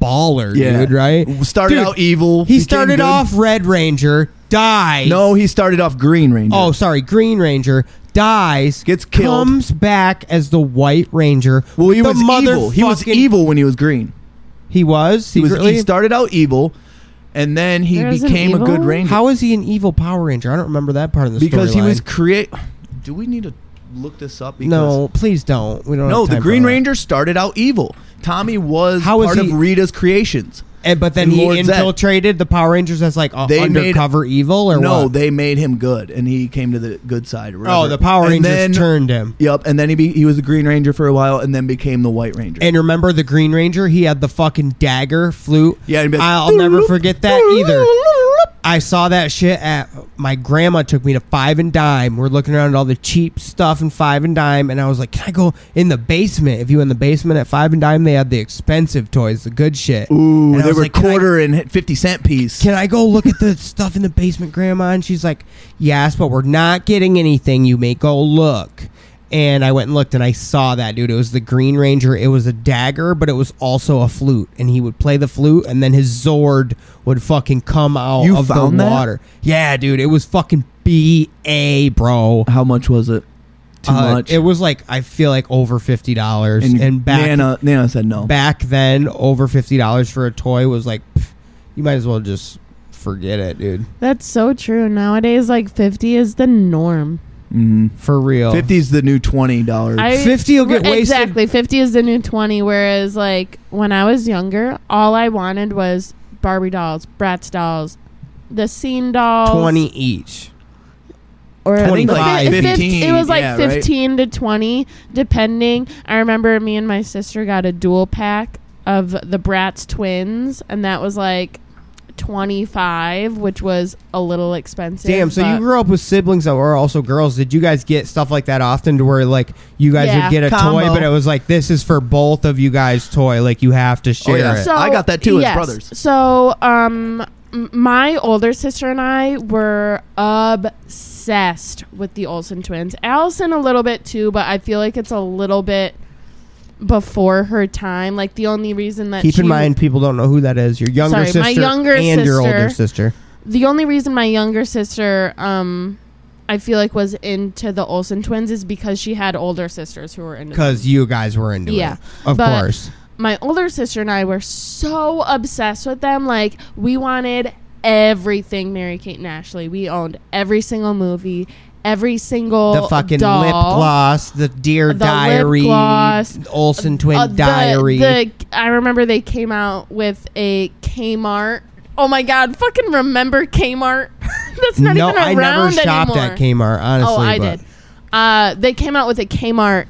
C: baller,
B: Yeah.
C: dude! Right?
B: Started
C: Dude,
B: out evil.
C: He
B: became
C: started
B: good.
C: off Red Ranger, dies.
B: No, he started off Green Ranger.
C: Oh, sorry, Green Ranger dies.
B: Gets killed.
C: Comes back as the White Ranger.
B: well, he
C: with
B: was
C: the
B: evil. He was
C: motherfucking-
B: evil when he was green.
C: He was.
B: He was.
C: secretly?
B: He started out evil, and then he
A: There was an
B: became a good
A: evil?
B: ranger
C: How is he an evil Power Ranger? I don't remember that part of the
B: because he was
C: storyline.
B: create. Do we need to look this up? Because
C: No, please don't. We don't.
B: No,
C: have
B: the
C: time for
B: Green
C: that.
B: Ranger started out evil. Tommy was
C: How is
B: part
C: he-
B: of Rita's creations.
C: And, Eh, but then
B: and
C: he
B: Lord Zed.
C: infiltrated the Power Rangers as like a
B: They made-
C: undercover evil or
B: no,
C: what?
B: they made him good, and he came to the good side. or
C: Oh,
B: whatever.
C: the Power
B: And
C: Rangers
B: then-
C: turned him.
B: Yep, and then he be, he was the Green Ranger for a while, and then became the White Ranger.
C: And remember the Green Ranger? He had the fucking dagger flute.
B: Yeah, and be like,
C: I'll never forget that either. I saw that shit at my grandma took me to Five and Dime. We're looking around at all the cheap stuff in Five and Dime, and I was like, "Can I go in the basement?" If you in the basement at Five and Dime, they had the expensive toys, the good shit.
B: Ooh,
C: And I
B: they
C: was
B: were
C: like, "Can I-
B: quarter and fifty cent piece.
C: can I go look at the stuff in the basement, Grandma? And she's like, Yes, but we're not getting anything. You may go look. And I went and looked and I saw that, dude. It was the Green Ranger. It was a dagger, but it was also a flute. And he would play the flute and then his Zord would fucking come out
B: You
C: of the
B: found that?
C: water. Yeah, dude. It was fucking BA, bro.
B: How much was it? Too
C: Uh,
B: much.
C: It was like, I feel like over $50. And, back
B: Nana, Nana said no.
C: back then over $50 for a toy was like pff, you might as well just forget it dude
A: That's so true. Nowadays, like fifty is the norm.
C: for real
B: Fifty's the new twenty dollars.
A: I-
C: 50 will get
A: Right,
C: wasted.
A: Exactly. 50 is the new 20. Whereas, like, when I was younger, all I wanted was Barbie dolls, Bratz dolls, the scene dolls.
C: 20 each
A: Or
C: I think, like,
A: Fif- fif-
B: 15,
A: It was like
B: yeah, right?
A: 15 to 20, depending. I remember me and my sister got a dual pack of the Bratz twins, and that was like 25, which was a little expensive.
C: damn so you
A: but-
C: grew up with siblings that were also girls did you guys get stuff like that often to where like you guys
A: Yeah.
C: would get a toy
B: Combo.
C: but it was like this is for both of you guys toy like you have to
A: Oh,
C: share
B: yeah.
C: it
B: So- I got that too as brothers.
A: So, um, m- my older sister and I were obsessed with the Olsen twins. Allison a little bit too, but I feel like it's a little bit before her time. Like the only reason that
C: keep
A: she
C: in mind people don't know who that is your younger
A: Sorry, my
C: sister
A: younger
C: and your older
A: sister.
C: sister
A: the only reason my younger sister, um, I feel like was into the Olsen twins is because she had older sisters who were into
C: because you guys were into
A: Yeah,
C: it of
A: but-
C: course
A: my older sister and I were so obsessed with them. Like, we wanted everything Mary Kate and Ashley. We owned every single movie, every single
C: the fucking
A: oh, doll,
C: lip gloss, the Dear
A: The lip
C: Diary,
A: gloss,
C: Olsen Twin
A: Uh, the-
C: Diary.
A: The, I remember they came out with a Kmart. Oh my God, fucking remember Kmart. That's not
C: no,
A: even around
C: I never shopped
A: anymore.
C: at Kmart. Honestly,
A: Oh, I
C: but
A: did. Uh, they came out with a Kmart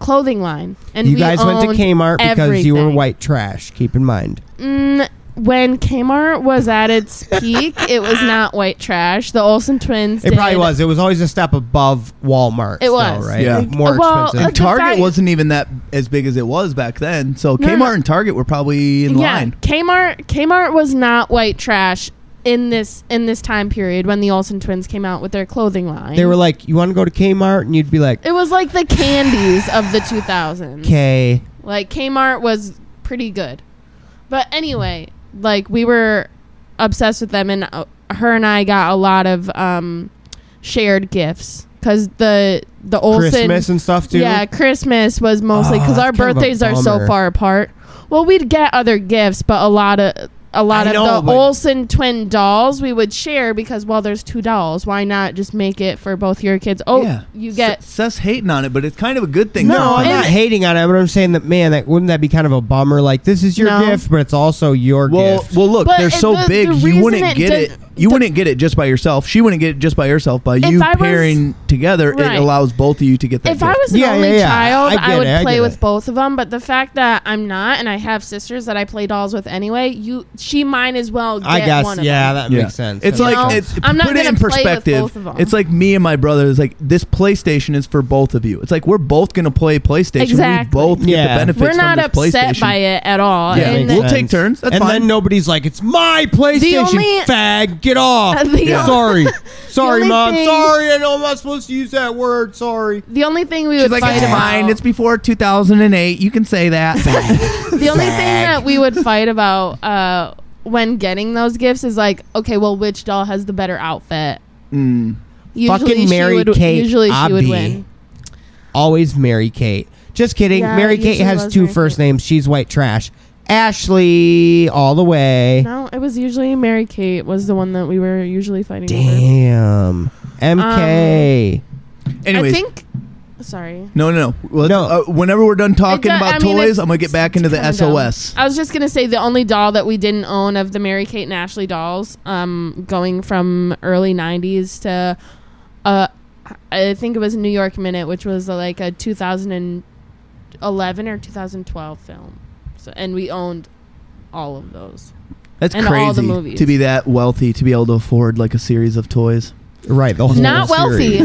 A: clothing line, and
C: You
A: we
C: guys went to
A: owned
C: Kmart because you were
A: everything.
C: white trash. Keep in mind.
A: Mm, when Kmart was at its peak, it was not white trash. The Olsen twins.
C: It probably
A: did-
C: was. It was always a step above Walmart.
A: It
C: though,
A: was.
C: right.
B: Yeah.
C: More
A: Well,
C: expensive.
A: But the
B: Target
A: fact-
B: wasn't even that as big as it was back then. So
A: No, no,
B: Kmart
A: no.
B: and Target were probably in
A: yeah,
B: line.
A: Kmart. Kmart was not white trash in this in this time period when the Olsen twins came out with their clothing line.
C: They were like, "You want to go to Kmart?" and you'd be like,
A: It was like the candies of the 2000s.
C: "Okay."
A: Like Kmart was pretty good. But anyway, like we were obsessed with them and uh, her and I got a lot of um shared gifts cuz the the Olsen
C: Christmas and stuff too.
A: Yeah, Christmas was mostly
C: Oh,
A: cuz
C: that's
A: our
C: kind of a
A: birthdays are so
C: bummer.
A: far apart. Well, we'd get other gifts, but a lot of a lot
C: I
A: of
C: know,
A: the
C: but-
A: Olsen twin dolls we would share because well there's two dolls. Why not just make it for both your kids? Oh,
B: yeah.
A: you get
B: S- Seth's hating on it, but it's kind of a good thing.
C: No, I'm
A: and-
C: not hating on it, but I'm saying that man, that wouldn't that be kind of a bummer? Like this is your
A: No.
C: gift, but it's also your
B: Well,
C: gift.
B: well, look,
A: But
B: they're
A: it-
B: so
A: the- the
B: big, you
A: reason
B: wouldn't
A: it
B: get
A: does-
B: it. You
A: the-
B: wouldn't get it just by yourself. She wouldn't get it just by herself. By you
A: I was-
B: pairing together,
A: Right.
B: it allows both of you to get that.
A: if I
B: gift.
A: was an
C: Yeah,
A: only
C: yeah, yeah.
A: child,
C: I
A: I,
C: get
A: would
C: it, I
A: play
C: get
A: with
C: it.
A: both of them. But the fact that I'm not, and I have sisters that I play dolls with anyway, you she might as well. Get
C: I
A: one
C: guess
A: of
C: yeah,
A: them.
C: that
B: Yeah.
C: makes sense.
B: It's
C: That
B: like
A: know?
B: it's,
A: I'm not
B: put it
A: gonna
B: in
A: play with
B: perspective.
A: both of 'em.
B: It's like me and my brother. It's like this PlayStation is for both of you. It's like we're both gonna play PlayStation.
A: Exactly.
B: We both get
C: Yeah.
B: the benefits
A: We're not
B: from this
A: upset
B: PlayStation.
A: by it at all.
B: Yeah,
C: that
A: and
C: makes
B: we'll
A: the-
B: take turns. That's
C: and
B: fine.
C: then nobody's like, "It's my PlayStation,
A: only-
C: fag, get off."
A: The Yeah. only-
C: Sorry, sorry,
A: only
C: mom.
A: thing-
C: Sorry, I know I'm not supposed to use that word. Sorry.
A: the only thing we
B: She's
A: would
B: like,
A: fight
B: it's
A: about.
B: fine. It's before 2008. You can say that.
A: the only thing that we would fight about uh, when getting those gifts is like, okay, well, which doll has the better outfit?
B: Mm.
A: Usually
C: Fucking
A: she
C: Mary
A: would-
C: Kate
A: Usually she would
C: Abbey.
A: win.
C: Always Mary Kate. Just kidding.
A: Yeah,
C: Mary
A: it
C: Kate
A: usually
C: has
A: was
C: two
A: Mary
C: first
A: Kate.
C: names. She's white trash. Ashley, all the way.
A: No, it was usually Mary Kate was the one that we were usually fighting over.
C: Damn. MK.
A: I
B: Anyways,
A: think. Sorry.
B: no, no, no. Well,
C: No.
B: uh, whenever we're done talking
A: It do-
B: about
A: I mean,
B: toys,
A: it's-
B: I'm gonna get back into the
A: kinda
B: SOS.
A: dumb. I was just gonna say the only doll that we didn't own of the Mary Kate and Ashley dolls, um, going from early '90s to, uh, I think it was New York Minute, which was uh, like a 2011 or 2012 film, so, and we owned all of those.
B: That's
A: And
B: crazy
A: all the movies.
B: to be that wealthy to be able to afford like a series of toys.
C: Right. The whole
A: Um, Not wealthy,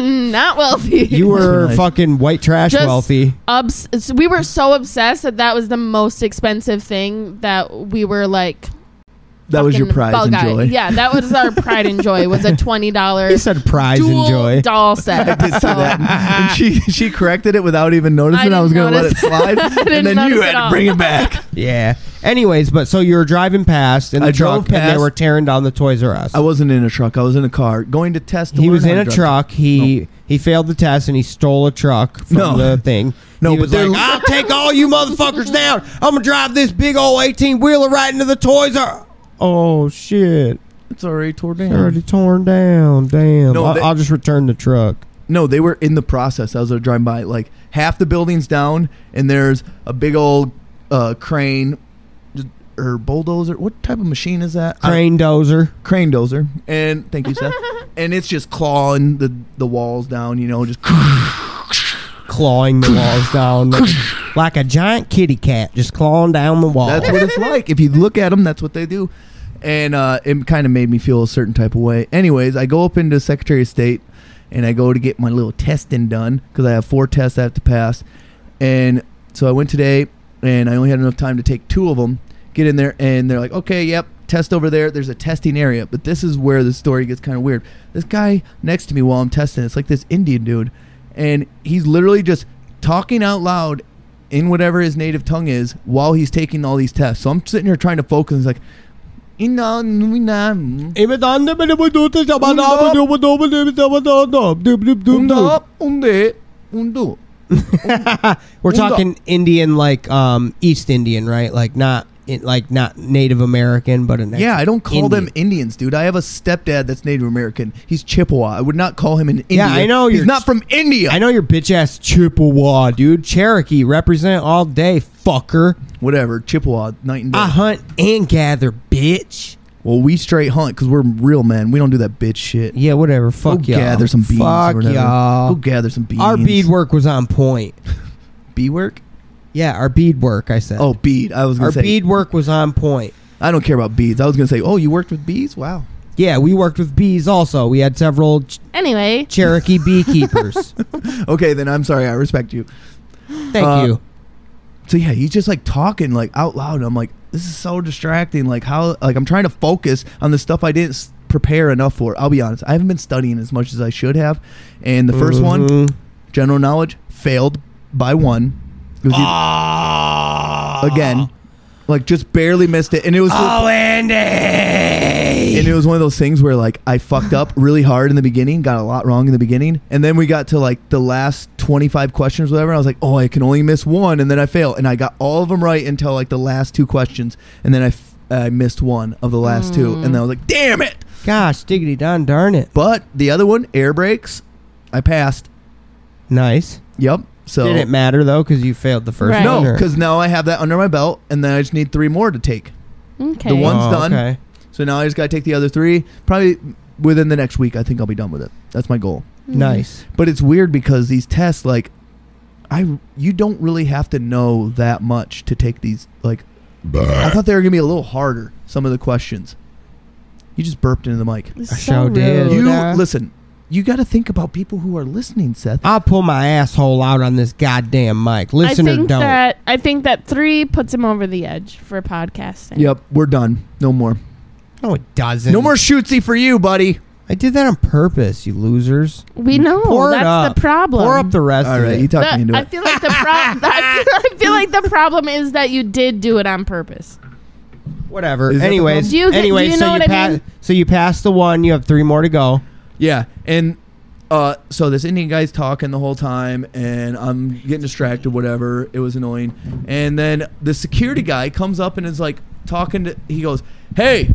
A: not wealthy.
C: you were
B: Nice.
C: fucking white trash
A: Just-
C: wealthy.
A: obs- so we were so obsessed that that was the most expensive thing that we were like
B: That was your
A: fucking
B: pride
A: bug
B: and
A: eye.
B: joy.
A: Yeah, that was our pride and joy. Was a twenty
C: He
A: dollars
C: said prize
A: dual
C: and joy.
A: doll set.
B: I did see
A: So,
B: that, and she she corrected it without even noticing. I,
A: I
B: was
A: didn't
B: going to let it
A: notice.
B: slide,
A: didn't
B: and then you
A: notice at
B: had to
A: all.
B: bring it back.
C: Yeah. Anyways, but so you were driving past in the
B: I drove
C: truck and they
B: past.
C: were tearing down the Toys R Us.
B: I wasn't in a truck. I was in a car going to test. to
C: he
B: learn
C: was
B: how
C: in
B: to drive.
C: a truck. He he failed the test and he stole a truck from
B: No.
C: the thing.
B: No,
C: he
B: but
C: was
B: they're-
C: like, I'll take all you motherfuckers down. I'm gonna drive this big old eighteen wheeler right into the Toys R. Oh shit!
B: It's already torn down.
C: It's already torn down. Damn.
B: No,
C: I'll,
B: they-
C: I'll just return the truck.
B: No, they were in the process. I was uh, driving by. Like half the building's down, and there's a big old uh, crane or bulldozer. What type of machine is that? I-
C: Crane dozer.
B: crane dozer. And thank you, Seth. and it's just clawing the the walls down. You know, just
C: clawing the walls down like, like a giant kitty cat, just clawing down the wall.
B: That's what it's like. If you look at them, that's what they do. And uh, it kind of made me feel a certain type of way. Anyways, I go up into Secretary of State and I go to get my little testing done because I have four tests I have to pass. And so I went today and I only had enough time to take two of them. Get in there and they're like, okay, yep, test over there. There's a testing area. But this is where the story gets kind of weird. This guy next to me while I'm testing, it's like this Indian dude. And he's literally just talking out loud in whatever his native tongue is while he's taking all these tests. So I'm sitting here trying to focus. It's like, "Ina, nina, mm, unda, unde, undu."
C: We're talking Indian, like um, East Indian, right? Like not in, like not Native American, but an
B: yeah, I don't call
C: Indian.
B: them Indians, dude. I have a stepdad that's Native American. He's Chippewa. I would not call him an Indian.
C: Yeah, I know
B: He's
C: you're-
B: not from India.
C: I know your bitch ass Chippewa, dude. Cherokee represent all day, fucker. Ah.
B: Whatever, Chippewa, night and day.
C: I hunt and gather, bitch.
B: Well, we straight hunt because we're real men. We don't do that bitch shit.
C: Yeah, whatever. Fuck
B: Go
C: y'all.
B: gather some beans.
C: Fuck
B: or whatever. Go
C: y'all.
B: gather some beans.
C: Our bead work was on point.
B: Bead work?
C: Yeah, our bead work. I said.
B: Oh, bead. I was gonna
C: our
B: say.
C: bead work was on point.
B: I don't care about beads. I was gonna say. Oh, you worked with bees? Wow.
C: Yeah, we worked with bees also. We had several Ch-
A: Anyway,
C: Cherokee beekeepers.
B: Uh, Okay, then I'm sorry. I respect you.
C: Thank
B: Uh,
C: you.
B: So yeah, he's just like talking like out loud. And I'm like, this is so distracting. Like how? Like I'm trying to focus on the stuff I didn't s- prepare enough for. I'll be honest. I haven't been studying as much as I should have. And the 1st one,
C: Mhm.
B: general knowledge, failed by one. It was either- again, like just barely missed it, and it was.
C: Oh, Andy.
B: And it was one of those things where like I fucked up really hard in the beginning, got a lot wrong in the beginning, and then we got to like the last 25 questions, whatever. And I was like, oh, I can only miss one, and then I fail, and I got all of them right until like the last two questions, and then I f- I missed one of the last two, and then I was like, damn it!
C: Gosh, diggity don darn it.
B: But the other one, air brakes, I passed.
C: Nice.
B: Yep. So
C: Didn't matter though, because you failed the first
A: Right.
C: one.
B: no,
C: or-
B: because now I have that under my belt, and then I just need three more to take.
A: okay.
B: The one- one's
C: Oh,
B: done.
C: okay.
B: So now I just gotta take the other three. Probably within the next week, I think I'll be done with it. That's my goal.
A: Mm.
C: Nice.
B: but it's weird because these tests like i you don't really have to know that much to take these like i thought they were gonna be a little harder some of the questions you just burped into the mic
A: It's
C: I
A: so
C: sure did.
A: rude.
B: you
C: uh,
B: listen you got to think about people who are listening seth
C: I'll pull my asshole out on this goddamn mic.
A: I
C: Listen or
A: think
C: don't.
A: that I think that three puts him over the edge for podcasting.
B: yep we're done no more
C: no, it doesn't.
B: no more shootsy for you buddy
C: I did that on purpose, you losers.
A: We know
C: Pour
A: Oh,
C: it
A: that's
C: up.
A: the problem.
C: Pour up the rest
B: all
C: of
B: right
C: it.
B: you talked me
A: The-
B: into
A: I
B: it
A: feel like the problem. I, feel, I feel like the problem is that you did do it on purpose.
C: Whatever.
B: Is that the
C: Anyways,
A: problem? Do you- do
C: anyways,
A: you
C: so
A: know
C: you
A: what I
C: pa-
A: mean?
C: so you passed the one. You have three more to go.
B: yeah and uh, so this Indian guy's talking the whole time, and I'm getting distracted. Whatever, it was annoying. And then the security guy comes up and is like talking to. He goes, "Hey,"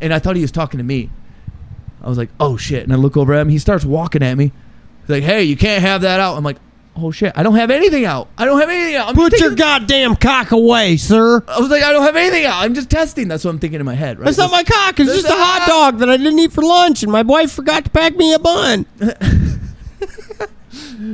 B: and I thought he was talking to me. I was like, "Oh shit!" And I look over at him. He starts walking at me. He's like, "Hey, you can't have that out." I'm like, "Oh shit! I don't have anything out. I don't have anything out." I'm
C: Put
B: just
C: your
B: thinking-
C: goddamn cock away, sir.
B: I was like, "I don't have anything out. I'm just testing." That's what I'm thinking in my head. Right?
C: That's not my cock. It's just a hot dog that I didn't eat for lunch, and my wife forgot to pack me a bun.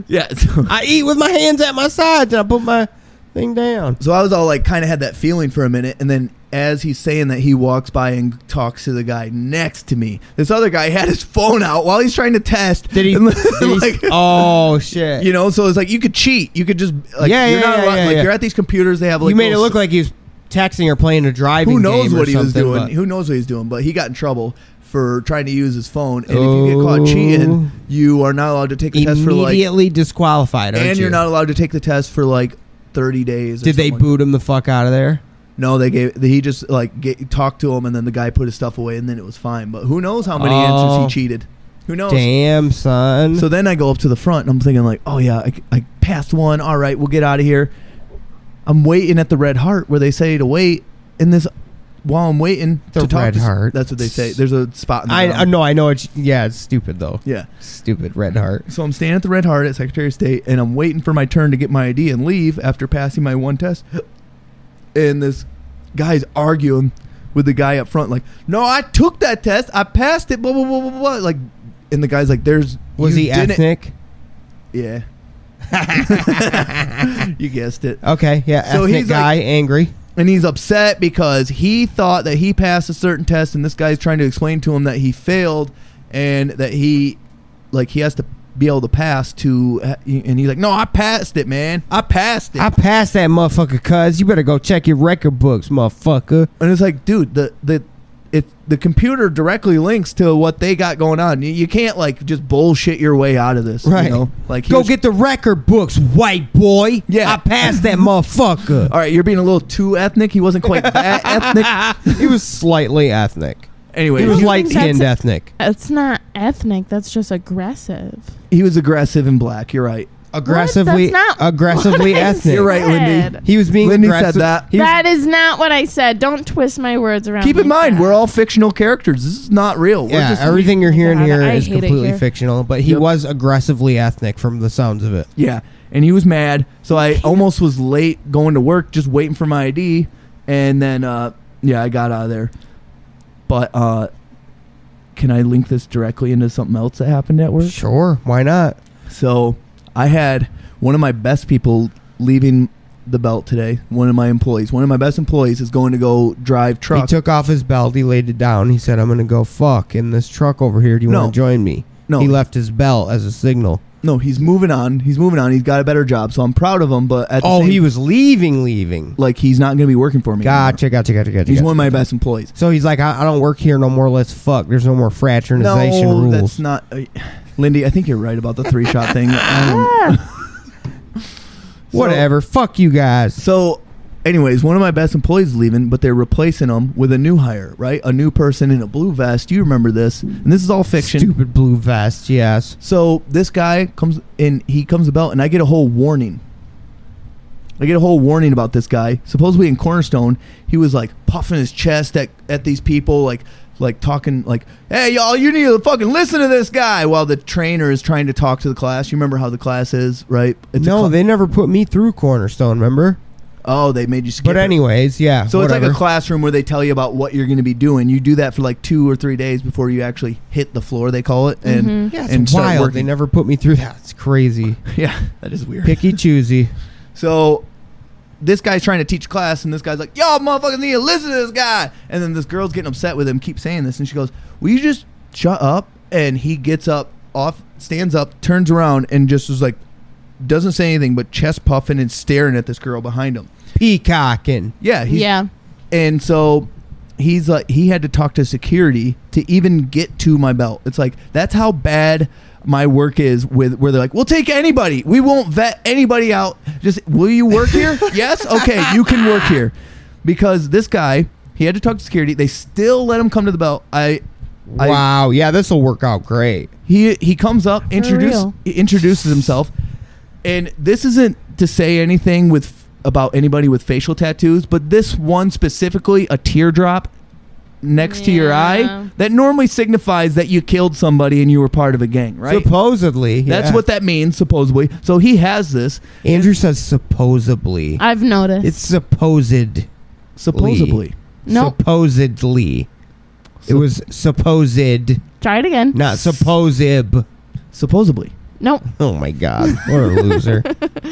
B: yeah. so-
C: I eat with my hands at my sides, and I put my thing down.
B: So I was all like, kind of had that feeling for a minute, and then as he's saying that, he walks by and talks to the guy next to me. This other guy had his phone out while he's trying to test.
C: Did he?
B: And,
C: did
B: like,
C: he oh shit!
B: you know, so it's like you could cheat. You could just like
C: Yeah,
B: you're
C: yeah,
B: not
C: yeah,
B: allowed-
C: yeah,
B: like
C: yeah.
B: you're at these computers. They have like
C: you made it
B: little-
C: look like he was texting or playing a driving.
B: who knows
C: game or
B: what he was
C: something,
B: doing.
C: but-
B: Who knows what he's doing? But he got in trouble for trying to use his phone. And if you get caught cheating,
C: Oh.
B: you are not allowed to take the test for like,
C: immediately disqualified. Aren't
B: and
C: you?
B: you're not allowed to take the test for like. 30 days. or
C: Did they
B: something like
C: boot him the fuck out of there?
B: No, they gave. He just like get, talked to him, and then the guy put his stuff away, and then it was fine. But who knows how many
C: Oh.
B: answers he cheated? Who knows?
C: Damn, son.
B: So then I go up to the front, and I'm thinking like, oh yeah, I, I passed one. All right, we'll get out of here. I'm waiting at the Red Heart where they say to wait, and this while I'm waiting
C: The
B: to talk
C: Red
B: to s-
C: Heart.
B: That's what they say. There's a spot. In the
C: I
B: ground.
C: I know, I know. It's yeah, it's stupid though.
B: Yeah.
C: Stupid red heart.
B: So I'm standing at the Red Heart at Secretary of State, and I'm waiting for my turn to get my ID and leave after passing my one test. And this guy's arguing with the guy up front, like, "No, I took that test. I passed it." Blah blah blah blah blah. Like, and the guy's like, "There's
C: Was
B: you
C: he
B: didn't-"
C: ethnic?
B: Yeah, you guessed it.
C: Okay, yeah.
B: So
C: ethnic
B: he's like-
C: guy, angry.
B: And he's upset because he thought that he passed a certain test, and this guy's trying to explain to him that he failed and that he, like, he has to be able to pass to. And he's like, "No, I passed it, man. I passed it."
C: I passed that motherfucker, cuz. You better go check your record books, motherfucker.
B: and it's like, dude, the the it the computer directly links to what they got going on. You, you can't like just bullshit your way out of this,
C: Right.
B: You know? Like,
C: go
B: here's-
C: get the record books, white boy.
B: Yeah.
C: I passed that motherfucker.
B: All right, you're being a little too ethnic. He wasn't quite that ethnic.
C: he was slightly ethnic.
B: Anyway,
C: He
B: he
C: was
B: was,
A: think
C: light skinned
A: that's-
C: ethnic.
A: It's not ethnic. That's just aggressive.
B: aggressive and black. You're right.
C: Aggressively
A: That's not
C: aggressively
A: what I
C: ethnic.
B: You're right,
A: said.
B: Lindy.
C: He was being
B: Lindy said
C: aggressive.
B: that.
C: He was-
A: that is not what I said. Don't twist my words around.
B: Keep
A: like
B: in mind,
A: that.
B: we're all fictional characters. This is not real. We're
C: yeah,
B: just,
C: everything you're
A: Oh my
C: hearing
A: God,
C: here
A: I
C: is
A: hate it
C: completely
A: here.
C: fictional, but he
B: Yep.
C: was aggressively ethnic from the sounds of it.
B: yeah. And he was mad, so I almost was late going to work, just waiting for my ID, and then uh, yeah, I got out of there. But uh, can I link this directly into something else that happened at work?
C: Sure, why not?
B: So I had one of my best people leaving the belt today. One of my employees, one of my best employees, is going to go drive
C: He
B: truck.
C: took off his belt. He laid it down. He said, "I'm gonna go fuck in this truck over here. Do you
B: No.
C: want to join me?"
B: No.
C: He left his belt as a signal.
B: no, he's moving on. He's moving on. He's got a better job, so I'm proud of him. But at the
C: Oh,
B: same-
C: he was leaving, leaving.
B: like he's not going to be working for me. anymore.
C: Gotcha, gotcha, gotcha, gotcha.
B: He's
C: gotcha.
B: one of my best employees.
C: So he's like, I, I don't work here no more. Let's fuck. There's no more fraternization
B: No,
C: rules.
B: that's not. Uh, Lindy, I think you're right about the three shot thing. Um,
C: Whatever. fuck you guys.
B: So, anyways, one of my best employees is leaving, but they're replacing him with a new hire, right? A new person in a blue vest. You remember this? And this is all fiction.
C: Stupid blue vest. Yes.
B: So this guy comes in, he comes about, and I get a whole warning. I get a whole warning about this guy. Supposedly in Cornerstone, he was like puffing his chest at, at these people, like like talking like, "Hey y'all, you need to fucking listen to this guy." While the trainer is trying to talk to the class. You remember how the class is, right? It's a
C: no,
B: cla-
C: they never put me through Cornerstone. Remember?
B: oh, they made you skip.
C: But
B: it.
C: anyways, yeah.
B: So it's like
C: whatever.
B: a classroom where they tell you about what you're going to be doing. You do that for like two or three days before you actually hit the floor. They call it, and
C: Yeah, it's
B: and start
C: wild.
B: working.
C: They never put me through that. It's crazy.
B: yeah, that is weird.
C: Picky choosy.
B: So this guy's trying to teach class, and this guy's like, "Y'all motherfuckers need to listen to this guy." And then this girl's getting upset with him, keeps saying this, and she goes, "Will you just shut up?" And he gets up, off, stands up, turns around, and just is like, doesn't say anything, but chest puffing and staring at this girl behind him.
C: Peacocking.
B: Yeah, he's,
A: yeah.
B: and so he's like he had to talk to security to even get to my belt it's like that's how bad my work is with where they're like we'll take anybody we won't vet anybody out just will you work here yes okay you can work here because this guy he had to talk to security they still let him come to the belt i I-
C: Wow. yeah, this will work out great.
B: he he comes up, introduce,
A: real.
B: he introduces himself, and this isn't to say anything with about anybody with facial tattoos, but this one specifically, a teardrop next to your
A: Yeah.
B: eye that normally signifies that you killed somebody and you were part of a gang, right?
C: Supposedly.
B: That's
C: yeah.
B: what that means, supposedly. So he has this
C: Andrew says supposedly.
A: I've noticed.
C: It's supposed.
B: supposedly.
A: no,
C: Supposedly. It
B: Sup-
C: was supposed,
A: try it again.
C: not supposib.
B: Supposedly.
A: No,
C: Oh my god. What a loser.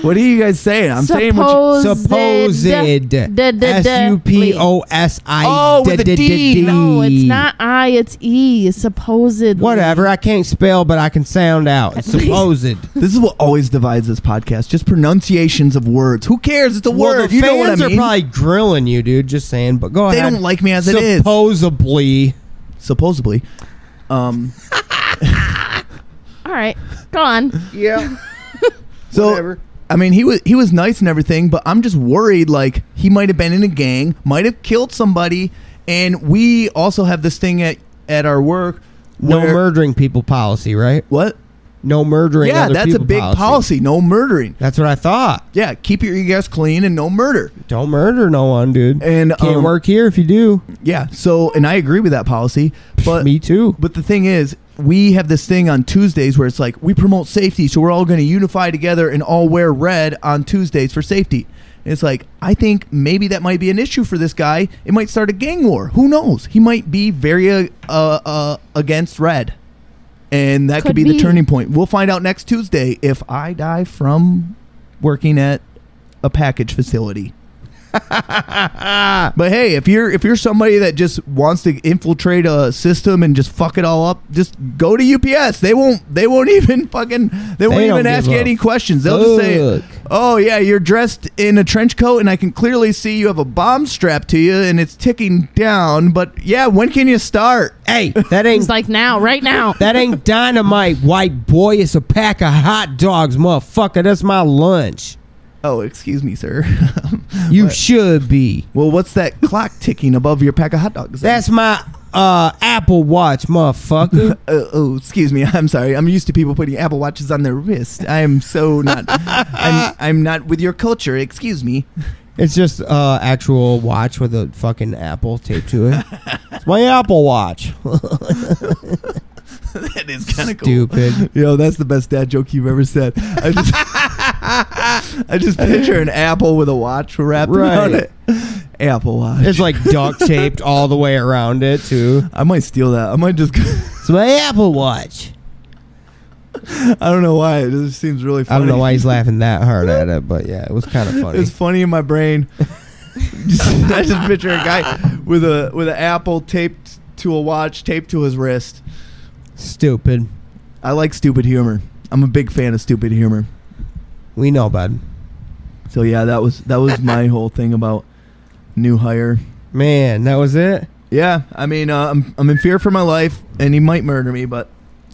B: What are you guys saying? I'm saying what you,
A: supposed.
C: supposed. S U P
B: E.
C: O S I.
B: Oh, with a
C: D- D-
B: D.
C: D.
A: No, it's not I. It's E. Supposedly.
C: Whatever. I can't spell, but I can sound out. It's supposed.
B: this is what always divides this podcast. Just pronunciations of words. Who cares? It's a
C: Well,
B: word.
C: the
B: You
C: fans
B: know what I
C: are
B: mean?
C: probably grilling you, dude. Just saying. But go
B: They
C: ahead.
B: don't like me as it
C: Supposedly.
B: is. supposedly.
C: Supposedly.
B: Um,
A: All right, go on.
C: Yeah.
B: so
C: Whatever.
B: I mean, he was he was nice and everything, but I'm just worried. Like he might have been in a gang, might have killed somebody, and we also have this thing at at our work.
C: No
B: where-
C: murdering people policy, right?
B: What?
C: No murdering.
B: Yeah,
C: other
B: that's a
C: people
B: big policy. No murdering.
C: That's what I thought.
B: Yeah, keep your ears clean and no murder.
C: Don't murder no one, dude.
B: And
C: Can't
B: um,
C: work here if you do.
B: Yeah. So, and I agree with that policy, but
C: Me too.
B: But the thing is, we have this thing on Tuesdays where it's like we promote safety, so we're all going to unify together and all wear red on Tuesdays for safety. And it's like I think maybe that might be an issue for this guy. It might start a gang war. Who knows? He might be very uh, uh, against red, and that could,
A: Could
B: be,
A: be.
B: the turning point. We'll find out next Tuesday if I die from working at a package facility. But hey, if you're if you're somebody that just wants to infiltrate a system and just fuck it all up, just go to UPS. They won't they won't even fucking they, won't
C: don't
B: even
C: give
B: ask you
C: a
B: any questions. They'll just say,
C: fuck.
B: "Oh yeah, you're dressed in a trench coat and I can clearly see you have a bomb strapped to you and it's ticking down, but yeah, when can you start?"
C: Hey, that ain't
A: It's like now, right now.
C: that ain't dynamite, white boy. It's a pack of hot dogs, motherfucker. That's my lunch.
B: Oh, excuse me, sir.
C: You should be.
B: well, what's that clock ticking above your pack of hot dogs?
C: That's my uh Apple Watch, motherfucker.
B: Uh, oh, excuse me. I'm sorry. I'm used to people putting Apple watches on their wrist. I am so not. I'm, I'm not with your culture. Excuse me.
C: it's just uh actual watch with a fucking apple taped to it. It's my Apple Watch.
B: That is kind of
C: Stupid.
B: Yo, that's the best dad joke you've ever said. I just, I just picture an apple with a watch wrapped around
C: Right.
B: it. Apple Watch.
C: It's like duct taped all the way around it too.
B: I might steal that. I might just.
C: It's my Apple Watch.
B: I don't know why. It just seems really funny.
C: I don't know why he's laughing that hard at it, but yeah, it was kind of funny.
B: It's funny in my brain. Just- I just picture a guy with a with an apple taped to a watch, taped to his wrist.
C: Stupid.
B: I like stupid humor. I'm a big fan of stupid humor.
C: We know, bud.
B: So yeah, that was that was my whole thing about new hire.
C: Man, that was it.
B: Yeah, I mean, uh, I'm I'm in fear for my life, and he might murder me. But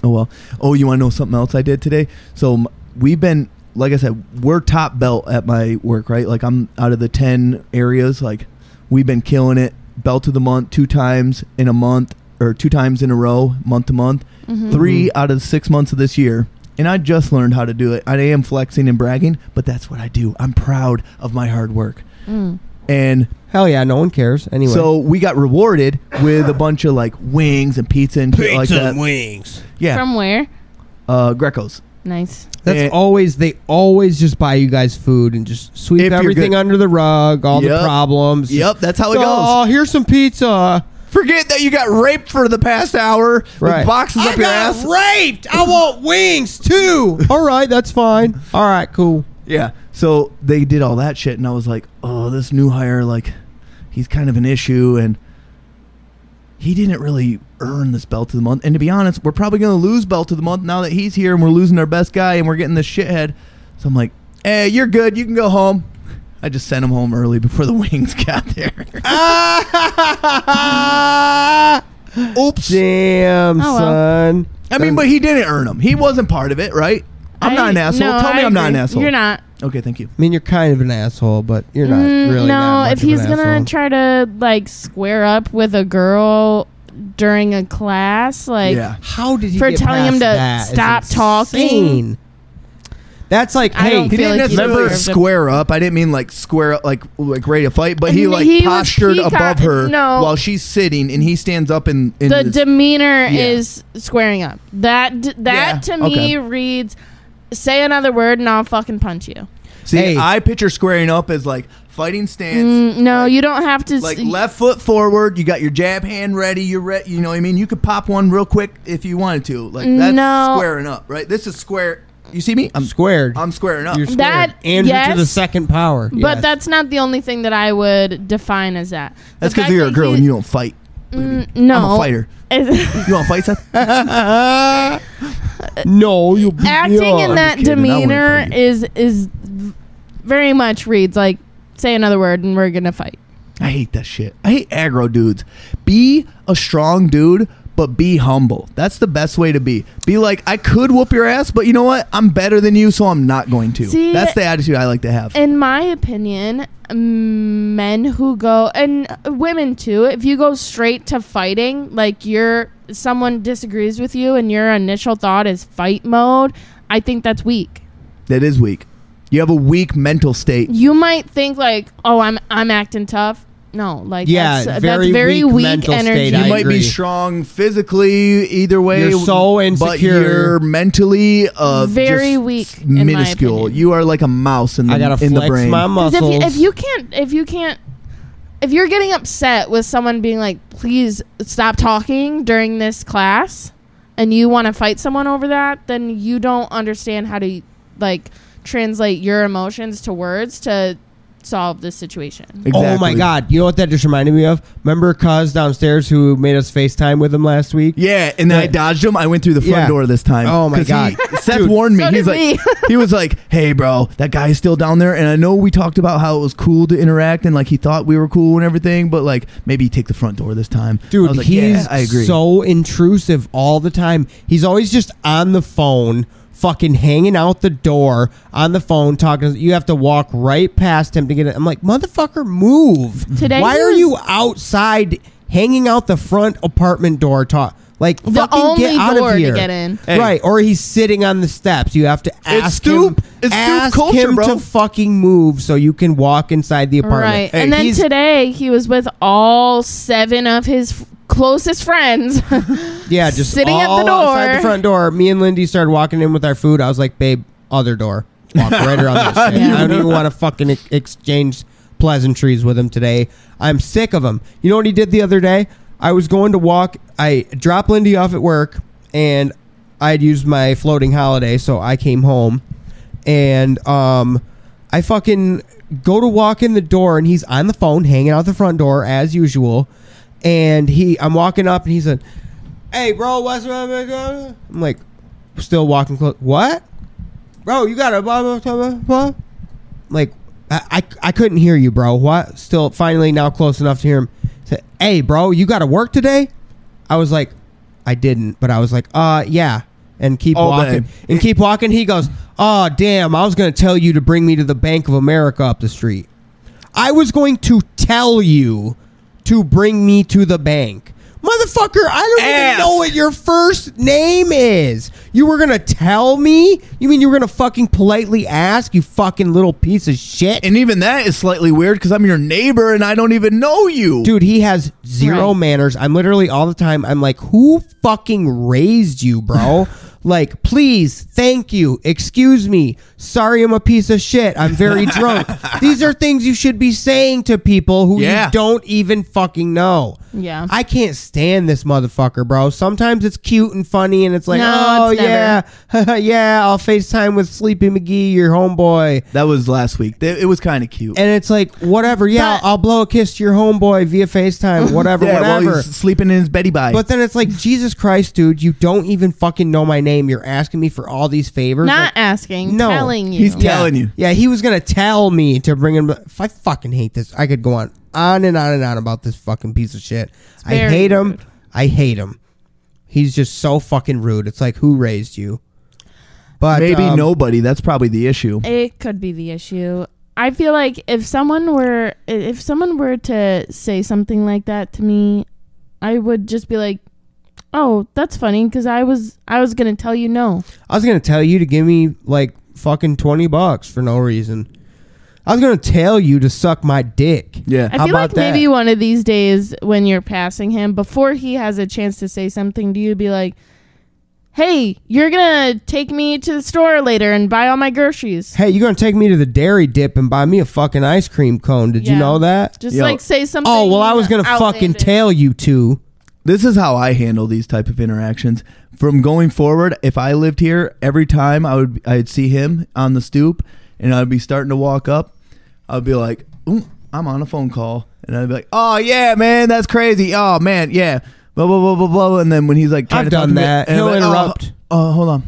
B: oh well. Oh, you want to know something else I did today? So m- we've been, like I said, we're top belt at my work, right? Like I'm out of the ten areas, like we've been killing it. Belt of the month two times in a month, or two times in a row, month to month. Three out of the six months of this year. And I just learned how to do it. I am flexing and bragging, but that's what I do. I'm proud of my hard work. And
C: Hell yeah, no one cares anyway.
B: so we got rewarded with a bunch of like wings and pizza and shit like that.
C: wings.
B: Yeah,
A: From where?
B: uh, Greco's.
A: Nice.
C: That's
B: Eh.
C: always they always just buy you guys food and just sweep
B: If you're
C: everything
B: good-
C: under the rug, all
B: Yep.
C: the problems.
B: Yep, that's how it
C: Oh, here's some pizza.
B: goes. Forget that you got raped for the past hour.
C: Right.
B: With boxes up your ass.
C: raped. I want wings too. all right, that's fine. All right, cool.
B: yeah. So they did all that shit, and I was like, oh, this new hire, like, he's kind of an issue, and he didn't really earn this belt of the month. And to be honest, we're probably going to lose belt of the month now that he's here, and we're losing our best guy, and we're getting this shithead. So I'm like, hey, you're good. You can go home. I just sent him home early before the wings got there. Oops.
C: Damn,
A: Oh, well.
C: son.
B: I mean, but he didn't earn them. He wasn't part of it, right? I'm
A: I-
B: not an asshole.
A: no,
B: Tell me
A: I
B: I'm not an
A: agree.
B: asshole.
A: You're not.
B: Okay, thank you.
C: I mean, you're kind of an asshole, but you're not
A: Mm,
C: really.
A: no,
C: that much
A: if
C: of an
A: he's gonna
C: asshole.
A: try to like square up with a girl during a class, like
B: yeah.
C: How did he
A: For
C: get
A: telling
C: past
A: him to
C: that is
A: stop talking?
C: insane. That's like,
A: I
C: hey,
A: don't
B: He
A: feel
B: didn't
A: like he
B: necessarily
A: deserved it.
B: square up. I didn't mean like square up, like like ready to fight, but he
A: And
B: like
A: he was-
B: postured
A: he got-
B: above her
A: no.
B: while she's sitting, and he stands up and. in
A: the
B: this-
A: demeanor
B: Yeah.
A: is squaring up. That d- that
B: Yeah,
A: to me
B: okay.
A: reads, say another word and I'll fucking punch you.
B: see,
C: Hey.
B: I picture squaring up as like fighting stance.
A: Mm, no, you don't have to. s-
B: Like left foot forward, you got your jab hand ready. You're ready. You know what I mean. You could pop one real quick if you wanted to. Like that's
A: No.
B: squaring up, right? This is square. You see me? I'm
C: squared.
B: I'm squaring up.
C: you're squared.
A: That-
C: Andrew to the
A: yes.
C: second power.
A: but
C: Yes.
A: that's not the only thing that I would define as that. The
B: That's because
A: fact
B: you're a
A: that
B: girl
A: he-
B: and you don't fight. Look at me.
A: Mm, no,
B: I'm a fighter. You want to fight, Seth?
C: no, you beat me
A: acting
C: up.
A: in that
B: kidding. I wouldn't
A: demeanor
B: fight you.
A: is is v- very much reads like say another word and we're gonna fight.
B: I hate that shit. I hate aggro dudes. Be a strong dude, but be humble. That's the best way to be. Be like, I could whoop your ass, but you know what? I'm better than you, so I'm not going to.
A: See,
B: That's the attitude I like to have.
A: In my opinion, men who go and women too, if you go straight to fighting, like you're someone disagrees with you and your initial thought is fight mode, I think that's weak.
B: that is weak. You have a weak mental state.
A: You might think like, oh, I'm I'm acting tough. No, like
C: Yeah,
A: that's,
C: very
A: that's very
C: weak
A: weak,
C: mental state.
A: energy.
C: I
B: You might
C: agree.
B: be strong physically, either way.
C: You're so
B: But
C: insecure.
B: you're mentally uh,
A: Very
B: just
A: weak, in my
B: minuscule.
A: opinion.
B: you are like a mouse in the
C: I gotta
B: in
C: flex
B: the brain.
C: my
A: 'Cause
C: muscles.
A: If you, if you can't, if you can't, if you're getting upset with someone being like, "Please stop talking during this class," and you want to fight someone over that, then you don't understand how to like translate your emotions to words to solve this situation.
C: Oh my god! You know what that just reminded me of? Remember, Cuz downstairs who made us FaceTime with him last week?
B: Yeah, and then I
C: Yeah.
B: dodged him. I went through the front
C: Yeah.
B: door this time.
C: Oh, my
B: 'Cause
C: God.
B: He, Seth warned me.
A: So
B: He's
A: did
B: like,
A: me.
B: he was like, "Hey, bro, that guy is still down there." And I know we talked about how it was cool to interact and like he thought we were cool and everything, but like maybe take the front door this time. I
C: Dude,
B: was like,
C: he's
B: "Yeah, I agree.
C: so intrusive all the time. He's always just on the phone, fucking hanging out the door on the phone talking. You have to walk right past him to get it. I'm like, motherfucker, move.
A: Today
C: Why
A: he
C: are
A: was-
C: you outside hanging out the front apartment door? Talk like
A: The
C: fucking
A: only
C: get out
A: door
C: of
A: to
C: here.
A: get in.
B: Hey.
C: Right, or he's sitting on the steps. You have to ask
B: stoop.
C: him,
B: It's stoop
C: ask
B: culture,
C: him
B: bro.
C: to fucking move so you can walk inside the apartment.
A: Right. and then
C: He's-
A: today he was with all seven of his f- closest friends.
C: Yeah, just
A: Sitting at the
C: all outside
A: door.
C: the front door. Me and Lindy started walking in with our food. I was like, babe, other door. Walk right around this shit. I don't even want to fucking ex- e-, exchange pleasantries with him today. I'm sick of him. You know what he did the other day? I was going to walk. I dropped Lindy off at work, and I'd used my floating holiday, so I came home, and um, I fucking go to walk in the door, and he's on the phone, hanging out the front door as usual, and he, I'm walking up, and he's like, "Hey, bro, what's up?" I'm like, still walking close. What? Bro, you got a blah blah blah blah. blah. Like, I, I I couldn't hear you, bro. What? Still, finally now close enough to hear him. Say, hey, bro, you got to work today? I was like, I didn't, but I was like, uh, yeah, and keep
B: All
C: walking
B: day.
C: and keep walking. He goes, oh damn, I was gonna tell you to bring me to the Bank of America up the street. I was going to tell you to bring me to the bank. Motherfucker, I don't
D: Ask.
C: even know what your first name is. You were gonna tell me? You mean you were gonna fucking politely ask, you fucking little piece of shit?
B: And even that is slightly weird because I'm your neighbor and I don't even know you.
C: Dude, he has zero
A: Right.
C: manners. I'm literally all the time, I'm like, who fucking raised you, bro? like, please, thank you, excuse me, sorry I'm a piece of shit, I'm very drunk. These are things you should be saying to people who
B: Yeah.
C: you don't even fucking know.
A: Yeah.
C: I can't stand this motherfucker, bro. Sometimes it's cute and funny and it's like,
A: No,
C: oh,
A: it's
C: yeah, yeah, I'll FaceTime with Sleepy McGee, your homeboy.
B: That was last week. Th- It was kind of cute.
C: And it's like, whatever, yeah,
A: But-
C: I'll blow a kiss to your homeboy via FaceTime, whatever,
B: yeah, while
C: whatever.
B: he's sleeping in his Betty bike.
C: But then it's like, Jesus Christ, dude, you don't even fucking know my name. You're asking me for all these favors.
A: Not
C: Like,
A: asking,
C: No.
A: telling you.
B: He's telling you.
C: Yeah, he was gonna tell me to bring him. If I fucking hate this, I could go on, on and on and on about this fucking piece of shit. I
A: very
C: hate him.
A: rude.
C: I hate him. He's just so fucking rude. It's like, who raised you? But
B: Maybe
C: um,
B: nobody. That's probably the issue.
A: It could be the issue. I feel like if someone were if someone were to say something like that to me, I would just be like, "Oh, that's funny because I was I was going to tell you no."
C: I was gonna tell you to give me like fucking twenty bucks for no reason. I was gonna tell you to suck my dick.
B: Yeah.
A: I
C: How
A: feel like
C: about that?
A: maybe one of these days when you're passing him before he has a chance to say something to you be like, "Hey, you're going to take me to the store later and buy all my groceries."
C: Hey, you gonna take me to the dairy dip and buy me a fucking ice cream cone? Did you
A: Yeah.
C: know that?
A: Just
B: Yo.
A: like say something.
C: Oh well, I was gonna fucking
A: outlandish.
C: tell you to.
B: this is how I handle these type of interactions. From going forward, if I lived here, every time I would I'd see him on the stoop, and I'd be starting to walk up. I'd be like, Ooh, "I'm on a phone call," and I'd be like, "Oh yeah, man, that's crazy. Oh man, yeah." Blah blah blah blah blah. And then when he's like, trying
C: I've
B: to talk
C: done
B: to me-
C: that.
B: and I'm
C: He'll
B: like, "Oh,
C: interrupt.
B: Oh, hold on.